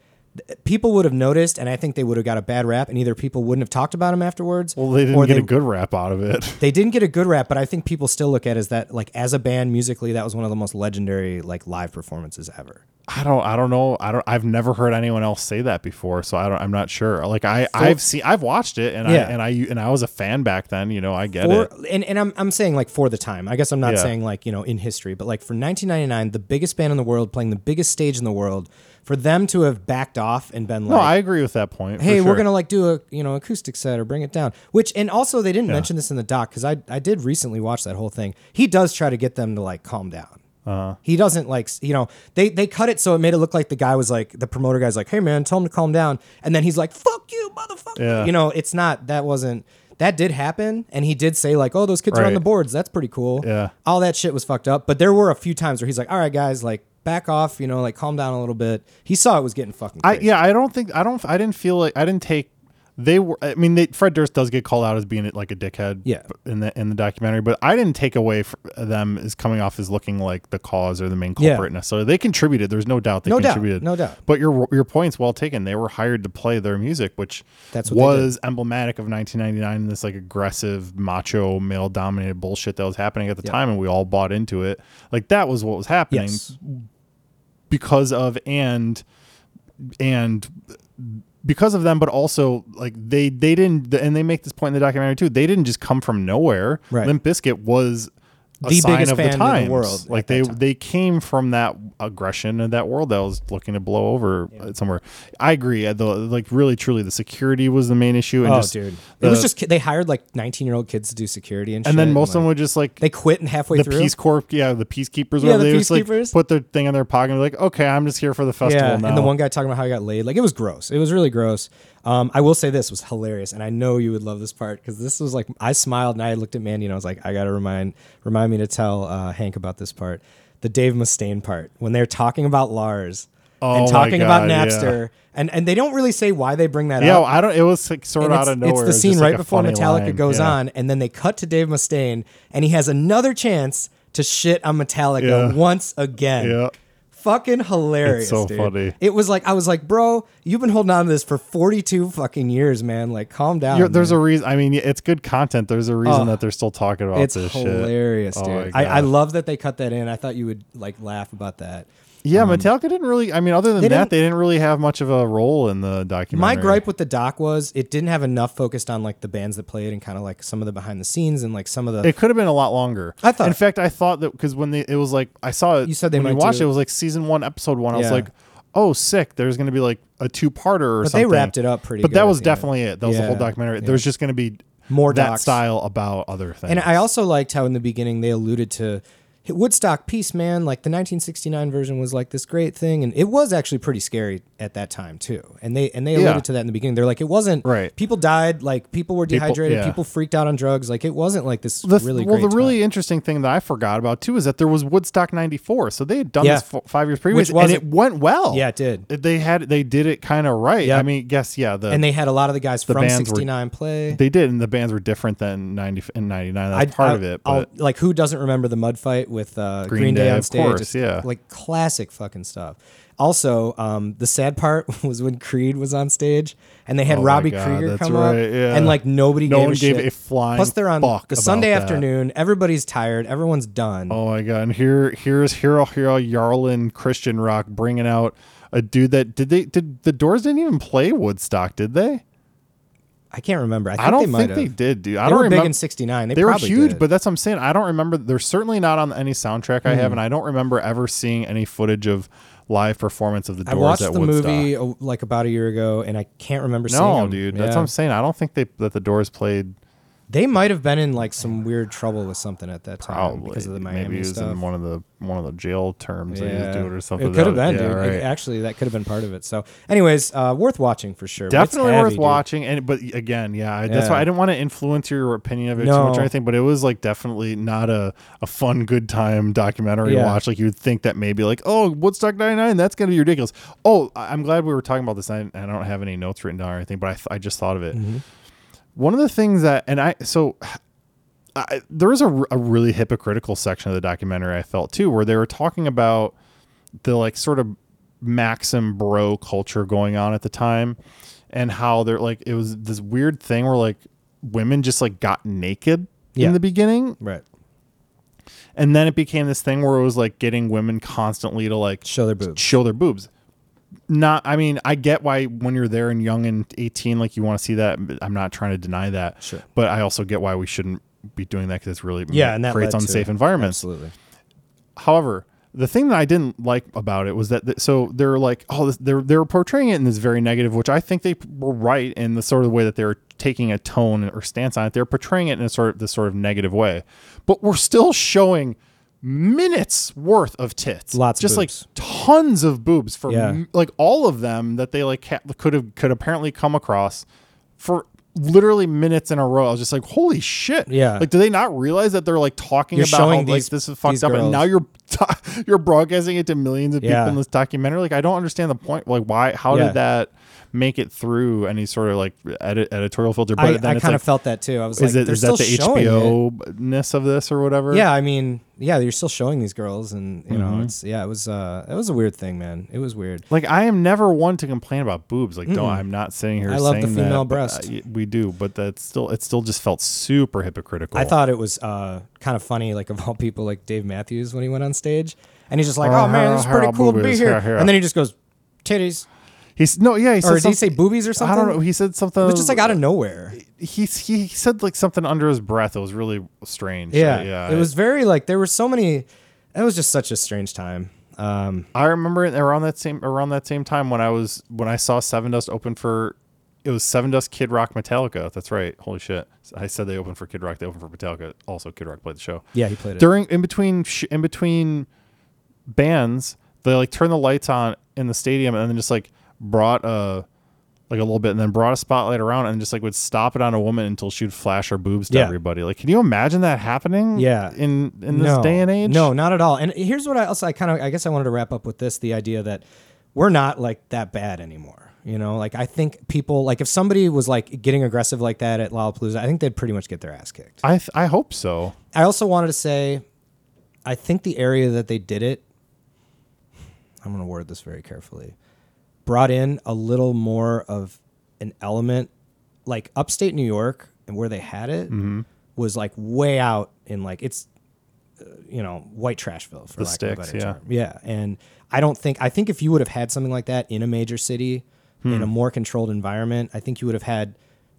th- people would have noticed and i think they would have got a bad rap and either people wouldn't have talked about them afterwards Well, they didn't or get they, a good rap out of it. they didn't get a good rap but i think people still look at it as that like as a band musically that was one of the most legendary like live performances ever I don't I don't know. I don't I've never heard anyone else say that before, so I don't I'm not sure. Like I I've seen I've watched it and Yeah. I and I and I was a fan back then, you know, I get for it. and, and I'm, I'm saying like for the time i guess i'm not Yeah. saying like you know in history but like for 1999 the biggest band in the world playing the biggest stage in the world for them to have backed off and been No, like I agree with that point. for hey, sure. we're gonna like do a you know acoustic set or bring it down. Which and also they didn't mention this in the doc because I I did recently watch that whole thing. He does try to get them to like calm down. Uh-huh. He doesn't like s- you know they they cut it so it made it look like the guy was like the promoter guy's like hey man tell him to calm down and then he's like fuck you motherfucker Yeah. you know it's not that wasn't that did happen and he did say like oh those kids are Right. on the boards that's pretty cool Yeah. all that shit was fucked up but there were a few times where he's like all right guys like back off you know like calm down a little bit he saw it was getting fucking I crazy. yeah, I don't think I don't I didn't feel like I didn't take they were I mean they, Fred Durst does get called out as being like a dickhead Yeah. in the in the documentary, but I didn't take away fr them as coming off as looking like the cause or the main Yeah. culprit necessarily. They contributed. There's no doubt they No doubt, contributed. no doubt. But your your point's well taken. They were hired to play their music, which That's what they was emblematic of 1999 and this like aggressive macho male dominated bullshit that was happening at the time, and we all bought into it. Like that was what was happening yes. because of and and because of them but also like they they didn't and they make this point in the documentary too they didn't just come from nowhere Right. limp bizkit was the biggest fan in the world. Like at that they time. they came from that aggression and that world that was looking to blow over uh, somewhere. I agree. uh, The like really truly the security was the main issue. And oh, just dude, the- it was just ki- they hired like 19 year old kids to do security and shit, and then most of them like, would just like they quit and halfway the through. peace corps. Yeah, the peacekeepers. Yeah, Yeah, the they just like peacekeepers. put their thing in their pocket and be like, okay, I'm just here for the festival yeah, now. and the one guy talking about how he got laid, like it was gross. It was really gross. Um, I will say this was hilarious, and I know you would love this part because this was like I smiled and I looked at Mandy and I was like, I gotta remind remind me to tell uh, Hank about this part, the Dave Mustaine part when they're talking about Lars Oh and my talking about God, yeah. Napster, and and they don't really say why they bring that yeah, up. I don't. It was like sort And of out it's, of nowhere. it's It the was scene just, right like, a before funny Metallica line. goes Yeah. on, and then they cut to Dave Mustaine, and he has another chance to shit on Metallica Yeah. once again. Yeah. Fucking hilarious. It's so dude. funny. It was like I was like, bro, you've been holding on to this for 42 fucking years, man. Like, calm down. You're- there's Oh, man. a reason. I mean, it's good content. There's a reason Oh, that they're still talking about it's this hilarious, shit. dude. Oh my I, I God. love that they cut that in. I thought you would like laugh about that. Yeah, Metallica didn't really. I mean, other than they that, didn't- they didn't really have much of a role in the documentary. My gripe with the doc was it didn't have enough focused on like the bands that played and kind of like some of the behind the scenes and like some of the It could have been a lot longer. I thought- In fact, I thought that because when they, it was like I saw it. You said they when we might watched do- it. It was like season one, episode one. I was Yeah. like, oh, sick. There's going to be like a two parter or But they something. wrapped it up pretty But that good, was yeah. definitely it. That was the whole Yeah, documentary. There's just going to be More that docs. style about other things. And I also liked how in the beginning they alluded to "Hey, Woodstock peace, man. Like the 1969 version was like this great thing, and it was actually pretty scary at that time too. And they and they alluded Yeah. to that in the beginning. They're like, it wasn't Right. People died, like people were dehydrated, yeah. people freaked out on drugs. Like it wasn't like this the, really well, great. the really interesting thing that I forgot about too is that there was Woodstock '94, so they had done Yeah. this f- five years previous, and was- it went well. time. yeah, it did. they had they did it kind of right. Yeah. I mean, guess yeah, the And they had a lot of the guys from bands were- '69 play. they did, and the bands were different than '90 and '99. That's part of it. I'll- But like who doesn't remember the mud fight with uh, Green, Day, Day, on of stage? course, It's yeah. like classic fucking stuff. Also, um, the sad part was when Creed was on stage and they had Oh my Robbie God, Krieger that's come right, up yeah. and like nobody No gave, one a, gave shit. a flying Plus, they're on fuck the Sunday about that. afternoon. Everybody's tired. Everyone's done. oh my god, and here here's Hero Hero Yarlin Christian rock bringing out a dude that did they did the Doors didn't even play Woodstock, did they? I can't remember. I think I don't they might think have. they did, dude. I They don't were remember. big in '69. They, they were probably huge, did. but that's what I'm saying. I don't remember. They're certainly not on any soundtrack I Hmm. have, and I don't remember ever seeing any footage of live performance of the I Doors watched at the Woodstock. movie uh, like about a year ago, and I can't remember seeing No, them. dude, Yeah. that's what I'm saying. I don't think they that the Doors played. They might have been in like some weird trouble with something at that time Probably because of the Miami maybe he was stuff. in one of the one of the jail terms they used to do it or something. It could have That- been, yeah, dude. right. It- actually, that could have been part of it. So, anyways, uh, worth watching for sure. But it's Definitely heavy, worth dude. watching, and but again, yeah, I that's why Yeah. I didn't want to influence your opinion of it too much or No. anything. But it was like definitely not a, a fun, good time documentary Yeah. watch. Like you'd think that maybe like, oh, Woodstock '99, that's gonna be ridiculous. Oh, I- I'm glad we were talking about this. I, I don't have any notes written down or anything, but I, th- I just thought of it. Mm-hmm. One of the things that, and I so I, there was a, r- a really hypocritical section of the documentary I felt too, where they were talking about the like sort of maxim bro culture going on at the time and how they're like, it was this weird thing where like women just like got naked Yeah. in the beginning. Right. And then it became this thing where it was like getting women constantly to like Show their boobs. show their boobs. Not, I mean, I get why when you're there and young and 18, like you want to see that. I'm not trying to deny that. Sure. But I also get why we shouldn't be doing that because it's really Yeah, and that creates led to unsafe it. environments. Absolutely. However, the thing that I didn't like about it was that th- so they're like, oh, this, they're they're portraying it in this very negative, which I think they were right in the sort of way that they're taking a tone or stance on it. They're portraying it in a sort of this sort of negative way, but we're still showing minutes worth of tits, Lots of just like boobs. tons of boobs for Yeah. m- like all of them that they like ha- could have could apparently come across for literally minutes in a row. I was just like, holy shit, Yeah. Like, do they not realize that they're like talking You're about showing how, like these- this is these fucked up, and girls. now you're t- you're broadcasting it to millions of Yeah. people in this documentary. Like, I don't understand the point. Like, why? How Yeah. did that make it through any sort of like edit, editorial filter? But I, then I it's kind like, of felt that too. I was is like, it they're is that still the showing it. HBO ness of this or whatever? Yeah, I mean, yeah, you're still showing these girls, and you Mm-hmm. know, it's yeah, it was uh, it was a weird thing, man. It was weird. Like I am never one to complain about boobs. Like don't I'm not sitting here. I love the saying female that, but, breast. uh, y- we do, but that's still it. Still just felt super hypocritical. I thought it was uh, kind of funny, like of all people, like Dave Matthews when he went on stage, and he's just like, "Oh man, it's pretty cool to be here," and then he just goes, "Titties." He's no, yeah. He said Or did he say something- boobies or something? I don't know. He said something. It was just like out of nowhere. he he said like something under his breath. It was really strange. Yeah. yeah. It was very like there were so many that was just such a strange time. Um I remember it around that same around that same time when I was when I saw Seven Dust open for it was Seven Dust Kid Rock Metallica. That's right. Holy shit! I said they opened for Kid Rock. They opened for Metallica. Also, Kid Rock played the show. yeah, he played it. during in between sh- in between bands they like turned the lights on in the stadium and then just like brought a like a little bit and then brought a spotlight around and just like would stop it on a woman until she would flash her boobs to Yeah. everybody like can you imagine that happening Yeah. in in this day and age No, not at all. And here's what I also I kind of I guess I wanted to wrap up with this the idea that we're not like that bad anymore. You know, like I think people like if somebody was like getting aggressive like that at Lollapalooza, I think they'd pretty much get their ass kicked. i th- i hope so I also wanted to say, I think the area that they did it, I'm going to word this very carefully, brought in a little more of an element like upstate New York and where they had it Mm-hmm. was like way out in like it's, uh, you know, white trashville for The lack of a sticks, better yeah. term. Yeah. And I don't think, I think if you would have had something like that in a major city, in Hmm. a more controlled environment, I think you would have had.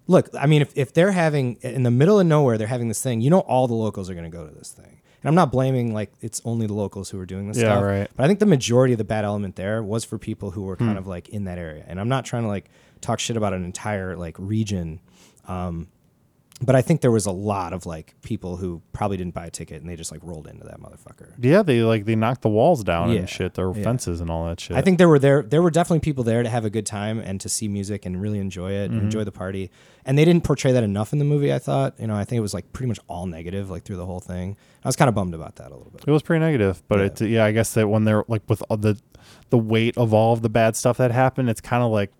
Look, I mean, if, if they're having, in the middle of nowhere, they're having this thing, you know, all the locals are going to go to this thing. And I'm not blaming, like, it's only the locals who are doing this Yeah, stuff. right. Hmm. But I think the majority of the bad element there was for people who were kind of, like, in that area. And I'm not trying to, like, talk shit about an entire, like, region. Um, but I think there was a lot of, like, people who probably didn't buy a ticket and they just, like, rolled into that motherfucker. yeah they like they knocked the walls down Yeah, and shit their yeah. fences and all that shit I think there were there there were definitely people there to have a good time and to see music and really enjoy it and enjoy the party. And they didn't portray that enough in the movie. I thought, you know, I think it was like pretty much all negative like through the whole thing. I was kind of bummed about that a little bit. It was pretty negative, but it yeah, I guess that when they're like with all the the weight of all of the bad stuff that happened, it's kind of like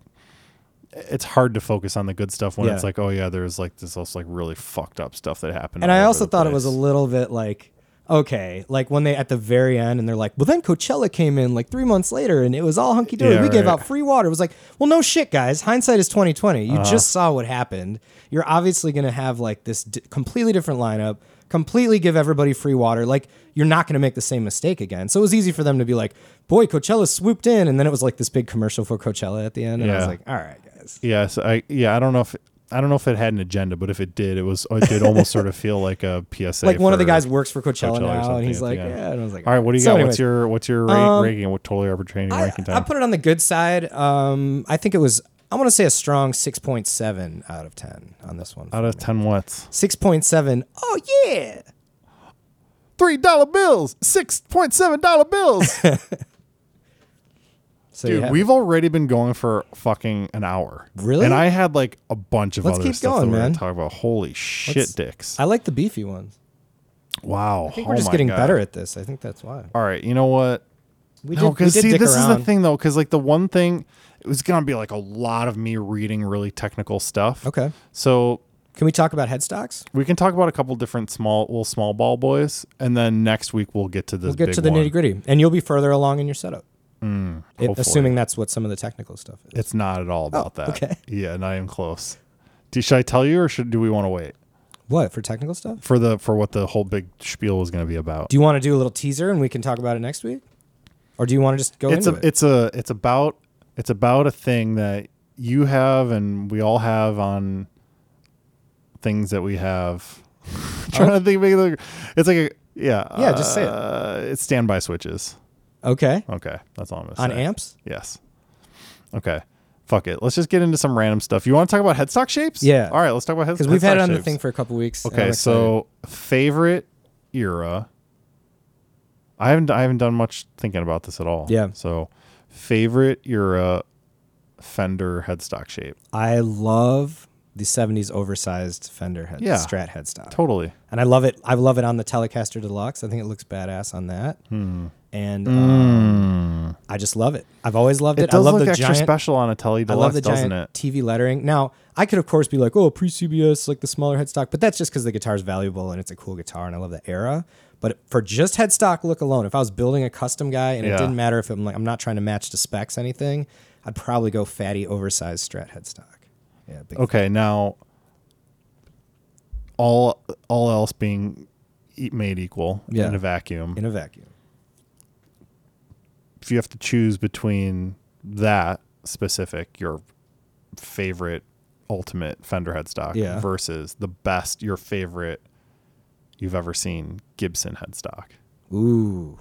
it's hard to focus on the good stuff when Yeah. it's like, oh yeah, there's like this also like really fucked up stuff that happened. And all I over also the thought it was a place. little bit like okay, like when they at the very end and they're like, well then Coachella came in like three months later and it was all hunky dory. Yeah, we gave right. out free water. It was like, well no shit guys, hindsight is twenty twenty. You Uh-huh. just saw what happened. You're obviously gonna have like this d- completely different lineup. Completely give everybody free water. Like you're not going to make the same mistake again. So it was easy for them to be like, "Boy, Coachella swooped in," and then it was like this big commercial for Coachella at the end, and I was Yeah. like, "All right, guys, yeah. So I yeah, I don't know if I don't know if it had an agenda, but if it did, it was it did almost sort of feel like a PSA. like one of the for guys works for Coachella, Coachella or now, and something he's at the like, end. "Yeah," and I was like, All right, what do you So got? anyway. what's your what's your ra- ranking? What totally arbitrary ranking I, I time? put it on the good side. Um, I think it was. I want to say a strong six point seven out of ten on this one. Out of ten, what's Six point seven. Oh yeah. three dollar bills? Six point seven dollar bills. So Dude, yeah. we've already been going for fucking an hour. Really? And I had like a bunch of Let's other keep stuff going, that we're man. gonna talk about. Holy shit, Let's- dicks! Oh I like the beefy ones. wow. I think we're just getting better at this. I think that's why All right, you know what? we No, did. We because did see, dick this around. is the thing though, because like the one thing it was gonna be like a lot of me reading really technical stuff. Okay. So Can we talk about headstocks? we can talk about a couple different small little small ball boys, and then next week we'll get to this. We'll get big to the one. Hmm. nitty gritty, and you'll be further along in your setup. It- hopefully. assuming that's what some of the technical stuff is. It's not at all about that. Oh, okay. Yeah, not even close. Do, should I tell you, or should do we want to wait? What for technical stuff? for the for what the whole big spiel was going to be about. Do you want to do a little teaser and we can talk about it next week, or do you want to just go it's a into it? it's a it's about it's about a thing that you have and we all have on things that we have. I'm trying to think, of another- it's like a yeah Yeah, just say it. uh, It's standby switches. okay. Okay, that's all I'm gonna On say. amps? Yes. Okay. Fuck it. Let's just get into some random stuff. You want to talk about headstock shapes? Yeah. All right. Let's talk about headstock. Because we've had it on the thing for a couple weeks. and I'm Okay, excited. so favorite era. I haven't I haven't done much thinking about this at all. Yeah. So favorite era fender headstock shape. I love the 70s oversized Fender head, Yeah. Strat headstock. Totally. And I love it. I love it on the Telecaster Deluxe. I think it looks badass on that. Hmm. And um, I just love it. I've always loved it. It does I love look the extra giant, special on a Tele I Deluxe, love the doesn't giant it? TV lettering. Now, I could of course be like, "Oh, pre-CBS, like the smaller headstock," but that's just because the guitar's valuable and it's a cool guitar, and I love the era. But for just headstock look alone, if I was building a custom guy and it Yeah. didn't matter if I'm like I'm not trying to match the specs anything, I'd probably go fatty oversized Strat headstock. Yeah, big Okay, now all all else being e- made equal Yeah. in a vacuum. in a vacuum. if you have to choose between that specific, your favorite ultimate Fender headstock Yeah. versus the best, your favorite you've ever seen Gibson headstock. Ooh.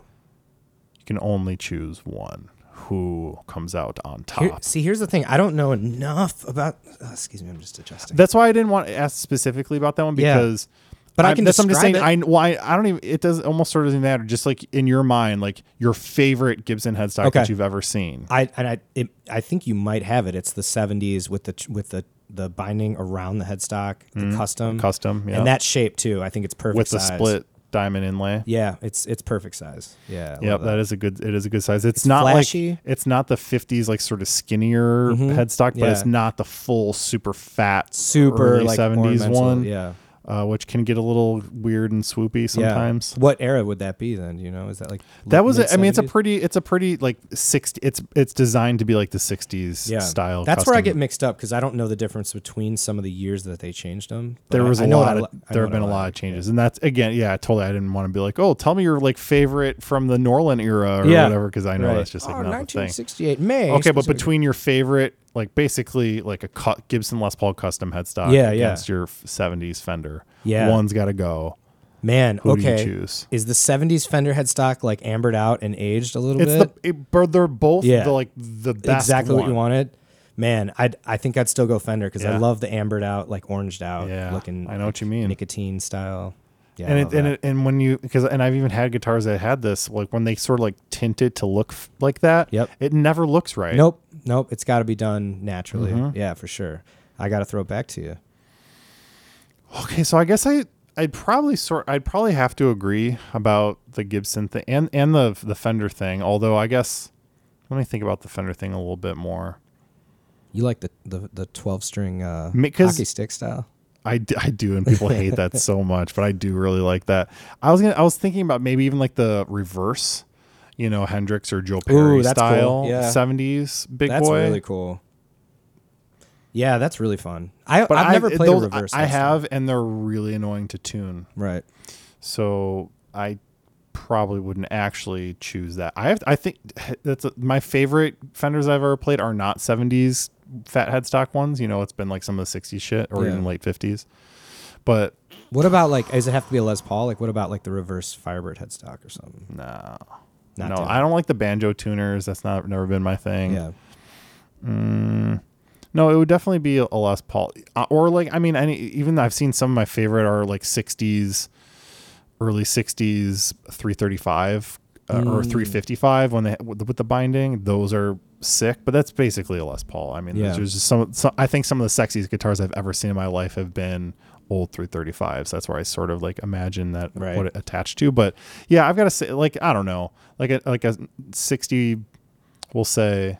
You can only choose one. Who comes out on top? Here- see, here's the thing. I don't know enough about. uh, excuse me, I'm just adjusting. That's why I didn't want to ask specifically about that one Yeah. because. But I I'm- can That's I'm just saying. describe I why I don't even. It does almost sort of doesn't matter. Just like in your mind, like your favorite Gibson headstock Okay. that you've ever seen. I and I it, I think you might have it. It's the 70s with the ch- with the the binding around the headstock, the custom, Mm-hmm. Custom, yeah. and that shape too. I think it's perfect with the size. split diamond inlay. Yeah, it's it's perfect size. Yeah. I Yep, love that. that is a good. It is a good size. It's, not like flashy. Mm-hmm. it's not the '50s like sort of skinnier headstock, but it's Yeah. not the full super fat Super early like '70s ornamental, one, Yeah. uh, which can get a little weird and swoopy Yeah. sometimes. What era would that be then? Do You know, is that like That was, a, I mean, it's a mid-70s? pretty, it's a pretty like sixty. It's it's designed to be like the '60s yeah. style. That's where I custom get mixed up because I don't know the difference between some of the years that they changed them. but there I- was I a know what I lot. Of, li- I know there what have been I a lot like. of changes, and that's again, yeah, totally. I didn't want to be like, oh, tell me your like favorite from the Norland era or Yeah. whatever, because I know Right. that's just like Oh, not the thing. 1968 May. Okay, but specifically. between your favorite, like basically like a cu- Gibson Les Paul custom headstock, Yeah, yeah. against your f- '70s Fender, Yeah. one's got to go. man, Who okay, do you choose? is the '70s Fender headstock like ambered out and aged a little It's the, bit? it, but they're both Yeah. the, like the best exactly what you one. wanted. Man, I I think I'd still go Fender because Yeah. I love the ambered out, like oranged out Yeah, looking. I know what you mean. Nicotine style. Yeah, and I it, love and that. it, and when you because and I've even had guitars that had this like when they sort of like tinted to look f- like that. Yep. It never looks right. Mm-hmm. nope, nope, it's got to be done naturally. Yeah, for sure. I got to throw it back to you. Okay, so I guess I I'd probably sort I'd probably have to agree about the Gibson thing and and the the Fender thing. Although I guess let me think about the Fender thing a little bit more. You like the the the twelve string uh, Me- 'cause- hockey stick style? I, d- I do and people hate that so much, but I do really like that. I was gonna I was thinking about maybe even like the reverse, you know, Hendrix or Joe Perry that's cool. style Yeah. seventies big That's boy. really cool. Yeah, that's really fun. I But I've I- never played those- a reverse. I, I headstock. have, and they're really annoying to tune. right. So I probably wouldn't actually choose that. I have, I think that's my favorite Fenders I've ever played are not 70s fat headstock ones. You know, it's been like some of the 60s shit or Yeah. even late 50s. But What about like? Does it have to be a Les Paul? Like, what about like the reverse Firebird headstock or something? no, Not no, doing I don't like the banjo tuners. That's not never been my thing. Yeah, Mm, No, it would definitely be a Les Paul, Uh, or like I mean, any even I've seen some of my favorite are like '60s, early '60s 335 uh, or Mm. 355 when they with the, with the binding. Those are sick, but that's basically a Les Paul. I mean, Yeah. there's just some, some. I think some of the sexiest guitars I've ever seen in my life have been old 335s. That's where I sort of like imagine that Right. what it attached to. But yeah, I've got to say, like I don't know, like a like a 60, we'll say.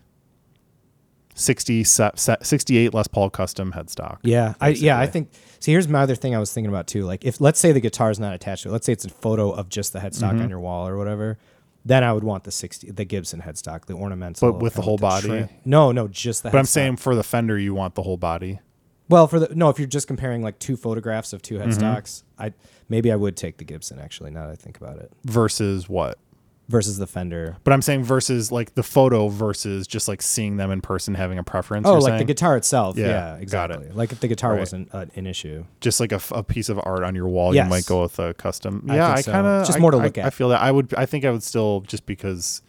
60, se- se- 68 Les Paul custom headstock. yeah, I yeah. I basically. think. See, here's my other thing I was thinking about too. Like, if let's say the guitar's not attached to it, let's say it's a photo of just the headstock Mm-hmm. on your wall or whatever, then I would want the sixty, the Gibson headstock, the ornamental, But with the kinda whole body? trim. No, no, just the. But I'm headstock. saying for the Fender, you want the whole body. Well, for the no, if you're just comparing like two photographs of Mm-hmm. two headstocks, I maybe I would take the Gibson actually. Now that I think about it, versus what? versus the Fender. But I'm saying versus like the photo versus just like seeing them in person having a preference. Oh, you're like the saying? guitar itself. Yeah, Yeah, got it. exactly. Like if the guitar Right. wasn't uh, an issue. just like a, f- a piece of art on your wall. You Yes. might go with a custom. I yeah, think I so. kind of Just more to look I at. feel that I would. I think I would still just because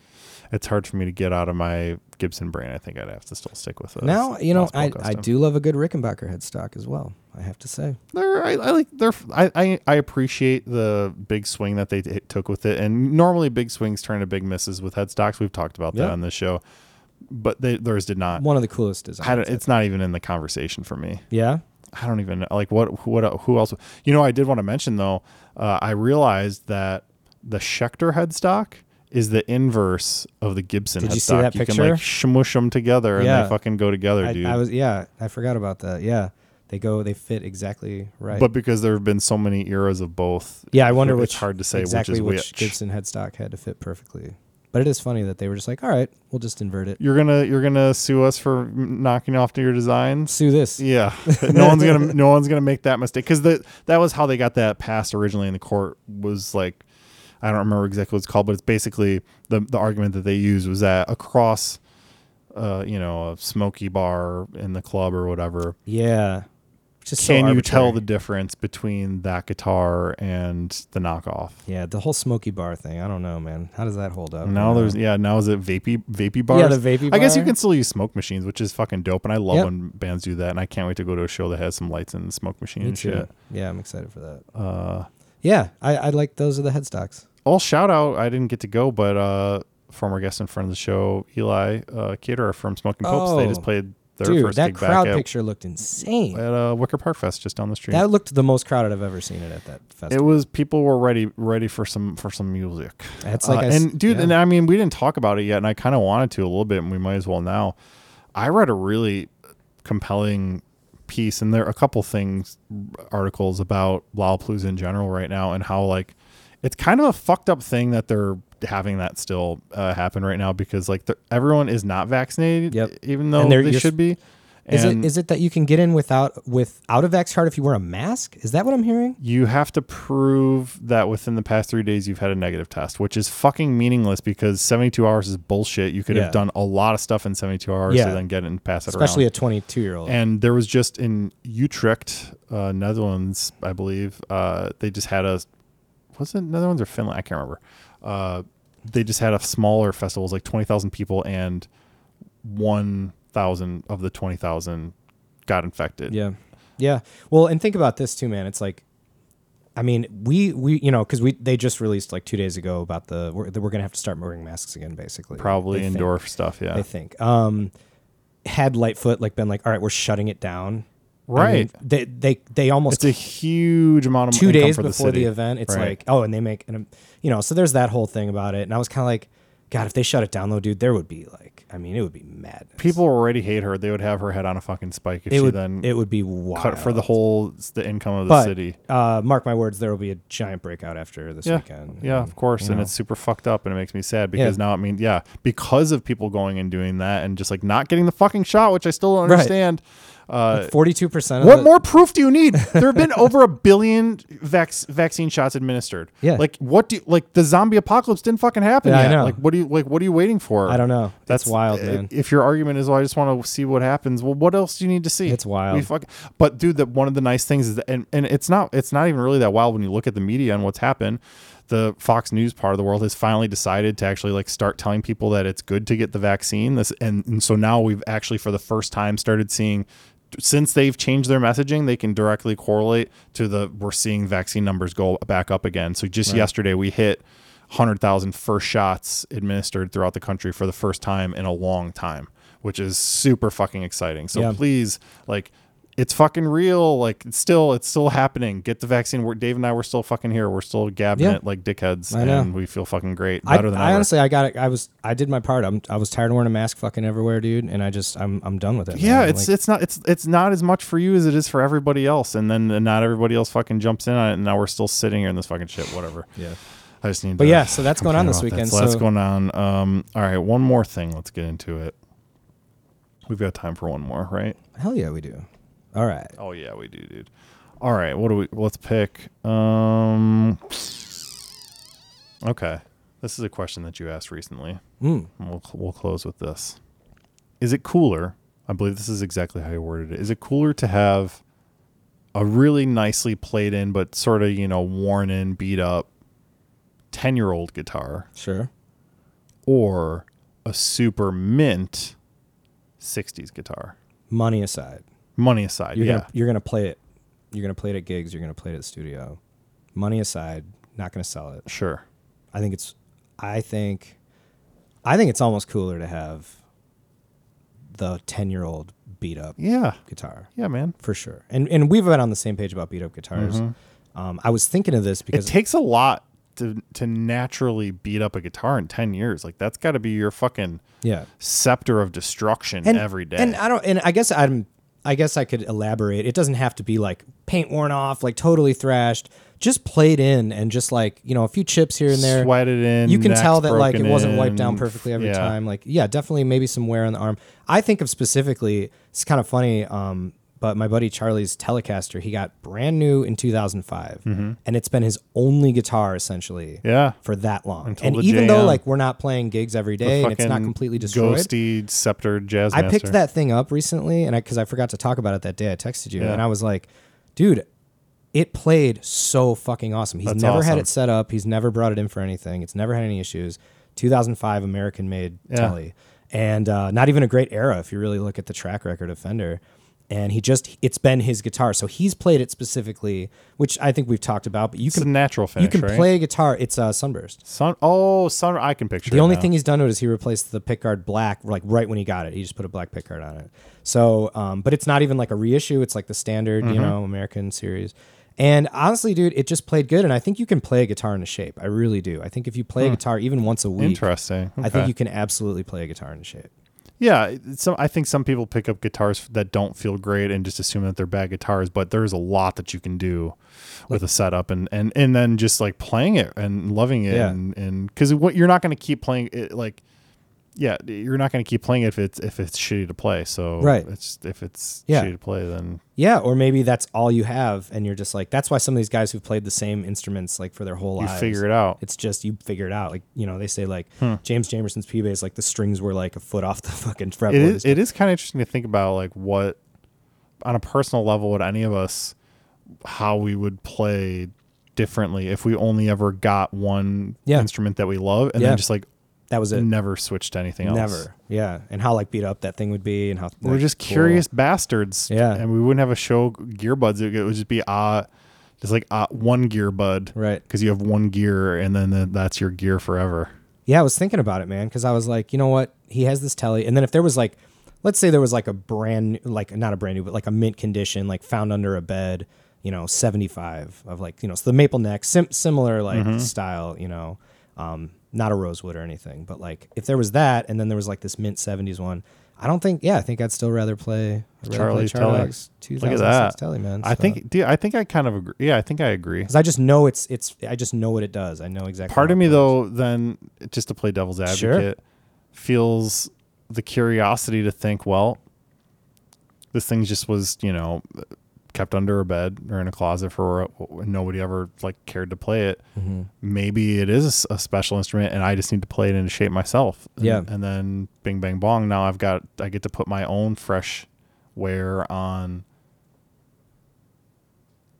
it's hard for me to get out of my Gibson brain. I think I'd have to still stick with it. Now you know I, I do love a good Rickenbacker headstock as well. I have to say. They're, I, I like they're I, I I appreciate the big swing that they t- took with it, and normally big swings turn to big misses with headstocks. We've talked about that Yeah. on this show, but they, theirs did not. One of the coolest designs. I don't- it's not even in the conversation for me. yeah. I don't even like what what who else. You know, I did want to mention though. Uh, I realized that the Schecter headstock is the inverse of the Gibson Did headstock. you see that You can like picture? smush them together and Yeah. they fucking go together, I, dude. I was yeah. I forgot about that. Yeah, they go. They fit exactly right. but because there have been so many eras of both, yeah, I wonder it's which hard to say exactly which is which. Gibson headstock had to fit perfectly. But it is funny that they were just like, all right, we'll just invert it. You're gonna you're gonna sue us for knocking off your designs. Sue this. Yeah, no one's gonna no one's gonna make that mistake because that that was how they got that passed originally in the court was like I don't remember exactly what it's called, but it's basically the the argument that they used was that across uh, you know, a smoky bar in the club or whatever. Yeah. It's Just so Can you tell the arbitrary. difference between that guitar and the knockoff? Yeah, the whole smoky bar thing. I don't know, man. How does that hold up? Now Uh, there's yeah now is it vapey vapey bars? the vapey I guess you bar. can still use smoke machines, which is fucking dope, and I love Yep. when bands do that. And I can't wait to go to a show that has some lights and smoke machine me and too. shit. Yeah, I'm excited for that. Uh, Yeah, I, I like those are the headstocks. all shout out. I didn't get to go, but uh, former guest and friend of the show, Eli uh, Caterer from Smoking Popes, they Oh. just played their Dude, first that gig crowd back at, picture looked insane. at uh, Wicker Park Fest just down the street. That looked the most crowded I've ever seen it at that it festival. was people were ready ready for some for some music. That's like I s- Uh, and dude, yeah. and I mean we didn't talk about it yet, and I kind of wanted to a little bit, and we might as well now. I read a really compelling piece, and there are a couple things articles about Lollapalooza in general right now, and how like it's kind of a fucked up thing that they're having that still uh, happen right now because like the- everyone is not vaccinated, Yep. even though And they're- they you're- should be. Is it And- is it that you can get in without without a vax card if you wear a mask? Is that what I'm hearing? you have to prove that within the past three days you've had a negative test, which is fucking meaningless because 72 hours is bullshit. You could Yeah. have done a lot of stuff in 72 hours Yeah. to then get it and pass it Especially a around. 22 year old. and there was just in Utrecht, uh, Netherlands, I believe, uh, they just had a, was it Netherlands or Finland? I can't remember. Uh, they just had a smaller festival, it was like 20,000 people, and 1,000 of the 20,000 got infected. Yeah. Yeah. Well, and think about this too, man. It's like, I mean, we we you know because we they just released like two days ago about the we're, that we're gonna have to start wearing masks again, basically. Probably They think- indoor stuff. Yeah. I think. Um, had Lightfoot like been like, all right, we're shutting it down. I mean, Right. they they they almost It's a huge amount of two income days for before the, city. event. It's Right. like, oh, and they make an, you know, so there's that whole thing about it. And I was kind of like, God, if they shut it down though, dude, there would be like, I mean, it would be madness. people already hate her. They would have her head on a fucking spike if it she would then it would be wild cut for the whole s- the income of the but, city. Uh, mark my words, there will be a giant breakout after this Yeah, weekend. yeah, of course, you and know. it's super fucked up, and it makes me sad because now it means yeah, because of people going and doing that and just like not getting the fucking shot, which I still don't Right. understand. Uh, Forty-two percent. What more proof do you need? There have been over a billion vac- vaccine shots administered. Yeah. Like what do you, like the zombie apocalypse didn't fucking happen Yeah, I yet. know. Like what do you like what are you waiting for? I don't know. That's wild, i- man. uh, If your argument is well, I just want to see what happens. Well, what else do you need to see? It's wild. We fuck- but dude, that one of the nice things is that, and, and it's not it's not even really that wild when you look at the media and what's happened. The Fox News part of the world has finally decided to actually like start telling people that it's good to get the vaccine. This and, and so now we've actually for the first time started seeing since they've changed their messaging, they can directly correlate to the we're seeing vaccine numbers go back up again. So just yesterday we hit 100,000 first shots administered throughout the country for the first time in a long time, which is super fucking exciting. So Yeah. please like it's fucking real. Like it's still it's still happening. Get the vaccine. We're, Dave and I we're still fucking here. We're still gabbing Yeah. it like dickheads I know. and we feel fucking great. I, Better than I ever. honestly, I got it. I was, I did my part. I'm, I was tired of wearing a mask fucking everywhere, dude. And I just, I'm, I'm done with it. Yeah, man. it's Like, it's not it's it's not as much for you as it is for everybody else, and then not everybody else fucking jumps in on it, and now we're still sitting here in this fucking shit. Whatever. yeah. I just need. But to yeah, so that's going on this complain about weekend, So, that's so- going on. Um, all right, one more thing. Let's get into it. We've got time for one more, right? Hell yeah, we do. All right. Oh yeah, we do, dude. All right, what do we? Let's pick. Um. Okay, this is a question that you asked recently. Mm. And We'll we'll close with this. Is it cooler? I believe this is exactly how you worded it. Is it cooler to have a really nicely played in but sort of you know worn in, beat up, ten year old guitar, Sure. or a super mint '60s guitar? Money aside, Money aside, you're yeah. gonna, you're gonna play it. You're gonna play it at gigs. You're gonna play it at the studio. Money aside, not gonna sell it. Sure. I think it's I think I think it's almost cooler to have the 10-year-old beat up Yeah. guitar Yeah, man. for sure. And and we've been on the same page about beat up guitars. Um, I was thinking of this It because takes a lot to to naturally beat up a guitar in ten years. Like that's got to be your fucking yeah. scepter of destruction every day. And I don't and I guess I'm I guess I could elaborate. It doesn't have to be like paint worn off, like totally thrashed, just played in and just like, you know, a few chips here and there. sweat it in. you can neck's tell that like it broken wasn't wiped in. down perfectly every Yeah. time like yeah definitely maybe some wear on the arm i think of specifically it's kind of funny um but my buddy Charlie's Telecaster, he got brand new in 2005, and it's been his only guitar essentially Mm-hmm. Yeah. for that long. Until and the even though JM. like we're not playing gigs every day and it's not Fucking completely destroyed, Ghosty scepter jazz. I picked master. that thing up recently, and I because I forgot to talk about it that day, I texted you, Yeah. and I was like, dude. It played so fucking awesome. He's That's never had awesome. it set up. He's never brought it in for anything. It's never had any issues. 2005 American made Yeah. telly, and uh, not even a great era if you really look at the track record of Fender. And he just, it's been his guitar. So he's played it specifically, which I think we've talked about, but you It's a can, natural finish. you can right? play guitar. It's uh, Sunburst. Sun. Oh, sun. I can picture. The it only now. thing he's done to it is he replaced the pickguard black, like right when he got it. He just put a black pickguard on it. So, um, but it's not even like a reissue. It's like the standard, Mm-hmm. you know, American series. And honestly, dude, it just played good. And I think you can play a guitar in a shape. I really do. I think if you play a guitar even once a week, Interesting. I Hmm. Okay. think you can absolutely play a guitar in a shape. Yeah, it's some I think some people pick up guitars that don't feel great and just assume that they're bad guitars, but there's a lot that you can do with a setup and and and then just like playing it and loving it Yeah. and and because what you're not going to keep playing it like yeah you're not going to keep playing it if it's if it's shitty to play so Right. it's if it's Yeah. shitty to play then Yeah, or maybe that's all you have, and you're just like, that's why some of these guys who've played the same instruments like for their whole you lives. figure it out Hmm. It's just you figure it out. Like you know, they say like James Jamerson's P bass, like the strings were like a foot off the fucking fretboard. it and is it is kind of interesting to think about like what on a personal level would any of us how we would play differently if we only ever got one Yeah. instrument that we love and Yeah. then just like That was it. never switched to anything else Never. Yeah. And how like beat up that thing would be and how we're like, just cool. curious bastards Yeah. and we wouldn't have a show gearbuds it would just be uh just like uh, one gearbud Right. because you have one gear and then th- that's your gear forever Yeah, I was thinking about it, man, because I was like, you know what? He has this telly. And then if there was like let's say there was like a brand like not a brand new, but like a mint condition, like found under a bed, you know, seventy five of like, you know, so the maple neck, sim- similar like Mm-hmm. style, you know. Um, not a rosewood or anything, but like if there was that and then there was like this mint seventies one, I don't think yeah, I think I'd still rather play I'd rather play Charlie's Telly. Charlie's Look at that. 2006 telly, man. i So- think dude i think i kind of agree yeah i think i agree Because I just know it's it's I just know what it does. I know exactly. Part how of it me, works. though, then just to play devil's advocate, Sure. feels the curiosity to think, well, this thing just was, you know, kept under a bed or in a closet for nobody ever like cared to play it. Mm-hmm. Maybe it is a special instrument, and I just need to play it into shape myself. And- Yeah. and then bing bang bong. Now I've got I get to put my own fresh wear on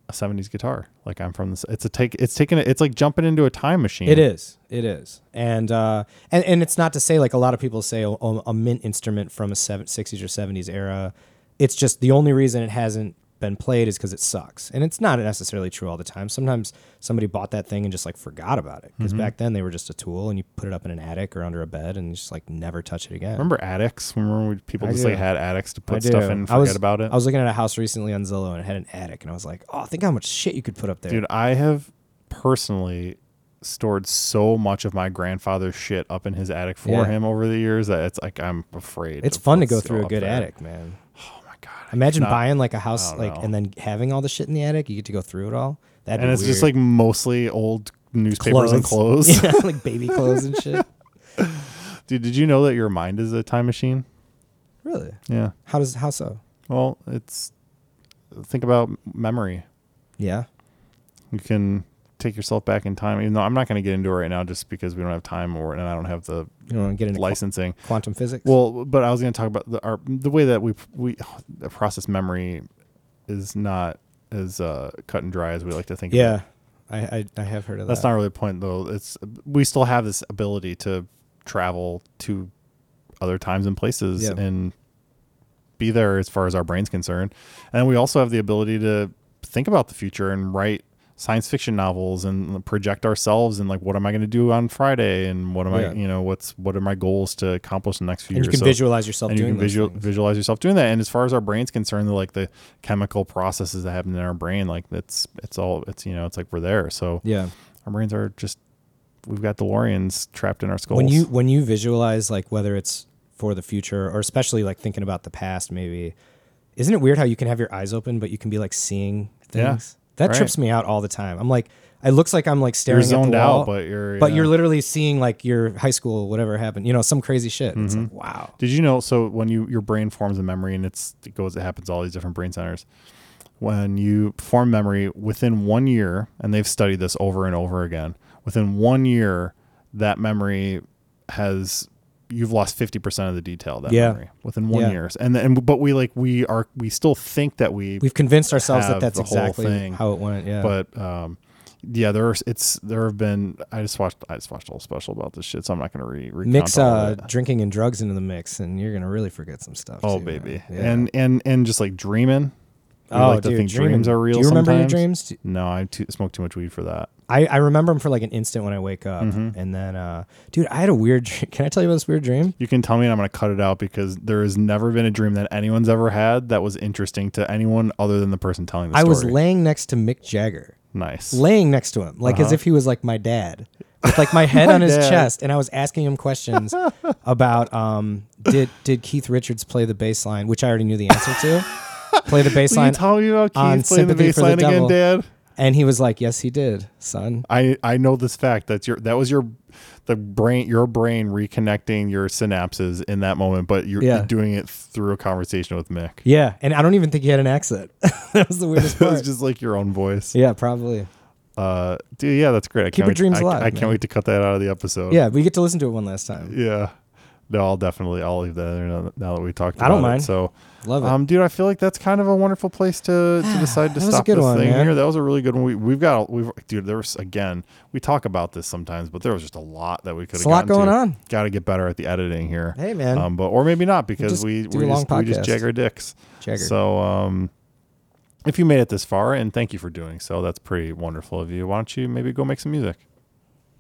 a 70s guitar like i'm from this it's a take it's taking it's like jumping into a time machine it is, it is, and uh, and and it's not to say like a lot of people say oh, oh, a mint instrument from a seven, 60s or seventies era. It's just the only reason it hasn't been played is because it sucks, and it's not necessarily true all the time. Sometimes somebody bought that thing and just like forgot about it Mm-hmm. because back then they were just a tool, and you put it up in an attic or under a bed and you just like never touch it again. remember attics remember when people I just do. like had attics to I put stuff do. in and I forget was- about it I was looking at a house recently on Zillow and it had an attic, and I was like, oh, think how much shit you could put up there. dude i have personally stored so much of my grandfather's shit up in his attic for Yeah. him over the years that it's like i'm afraid it's of fun to what's go through a up good there. attic, man. oh my god Imagine not- buying like a house don't like know. and then having all the shit in the attic. You get to go through it all. That'd and be it's just weird. like mostly old newspapers and clothes yeah, like baby clothes and shit. dude did you know that your mind is a time machine Really? yeah How does how so? well it's think about memory Yeah. you can take yourself back in time even though i'm not going to get into it right now just because we don't have time or and i don't have the You want to get into qu- licensing quantum physics? well but i was going to talk about the our, the way that we we process memory is not as uh, cut and dry as we like to think of it. yeah, I, I I have heard of that's that. not really the point though it's we still have this ability to travel to other times and places Yeah. and be there as far as our brain's concerned and we also have the ability to think about the future and write science fiction novels and project ourselves and like what am i going to do on friday and what am Yeah. i you know what's what are my goals to accomplish in the next few and years you can So- visualize yourself and you doing can those visual, things. visualize yourself doing that and as far as our brain's concerned like the chemical processes that happen in our brain like that's it's all it's you know it's like we're there so Yeah. our brains are just we've got DeLoreans trapped in our skulls. When you when you visualize like whether it's for the future or especially like thinking about the past, maybe isn't it weird how you can have your eyes open but you can be like seeing Yeah. things? That Right. trips me out all the time. I'm like, it looks like I'm like staring You're zoned at the wall, out, but you're but yeah. you're literally seeing like your high school, whatever happened, you know, some crazy shit. It's like, Mm-hmm. wow. Did you know? So when you your brain forms a memory and it's it goes it happens to all these different brain centers. When you form memory within one year, and they've studied this over and over again, within one year, that memory has you've lost fifty percent of the detail of that Yeah. memory within one Yeah. year. And and but we like we are we still think that we We've convinced ourselves that Have that's the whole exactly thing, how it went. Yeah. but um yeah there are it's there have been i just watched i just watched a whole special about this shit so i'm not gonna re recount mix all of uh, it. drinking and drugs into the mix, and you're gonna really forget some stuff. oh too, baby man. Yeah. and and and just like dreaming We oh, like to dude, think dreaming. dreams are real Do you remember sometimes. your dreams? Do- no i too, smoke too much weed for that I, I remember them for like an instant when I wake up, Mm-hmm. and then, uh, dude, I had a weird. dream. Can I tell you about this weird dream? you can tell me and i'm gonna cut it out because there has never been a dream that anyone's ever had that was interesting to anyone other than the person telling the I story was laying next to Mick Jagger, nice laying next to him, like as if he was like my dad, with like my head on his Uh-huh. dad. chest, and I was asking him questions about um, did did Keith Richards play the bass line, which I already knew the answer to. Play the bass Will you line, tell me about on keith playing the Sympathy bass for the line Devil. again dad and he was like, "Yes, he did, son." I, I know this fact that's your that was your the brain your brain reconnecting your synapses in that moment, but you're Yeah. doing it through a conversation with Mick. Yeah, and I don't even think he had an accent. that was the weirdest It part. was just like your own voice. yeah, probably. Uh, dude, yeah, that's great. I Keep can't your wait- dreams I, alive, I can't man. wait to cut that out of the episode. Yeah, we get to listen to it one last time. yeah. No, I'll definitely I'll leave that in there now, now that we talked. About I don't It. mind. So, Love it. um, dude, I feel like that's kind of a wonderful place to to decide to That was a stop good this one, thing man. here. That was a really good one. We, we've got we've dude. There was again. We talk about this sometimes, but there was just a lot that we could. It's a lot going on. Got to get better at the editing here. Hey, man. Um, but or maybe not because just we do we a long just, we just podcast. jag our dicks. Jagger. So um, if you made it this far, and thank you for doing so, that's pretty wonderful of you. Why don't you maybe go make some music?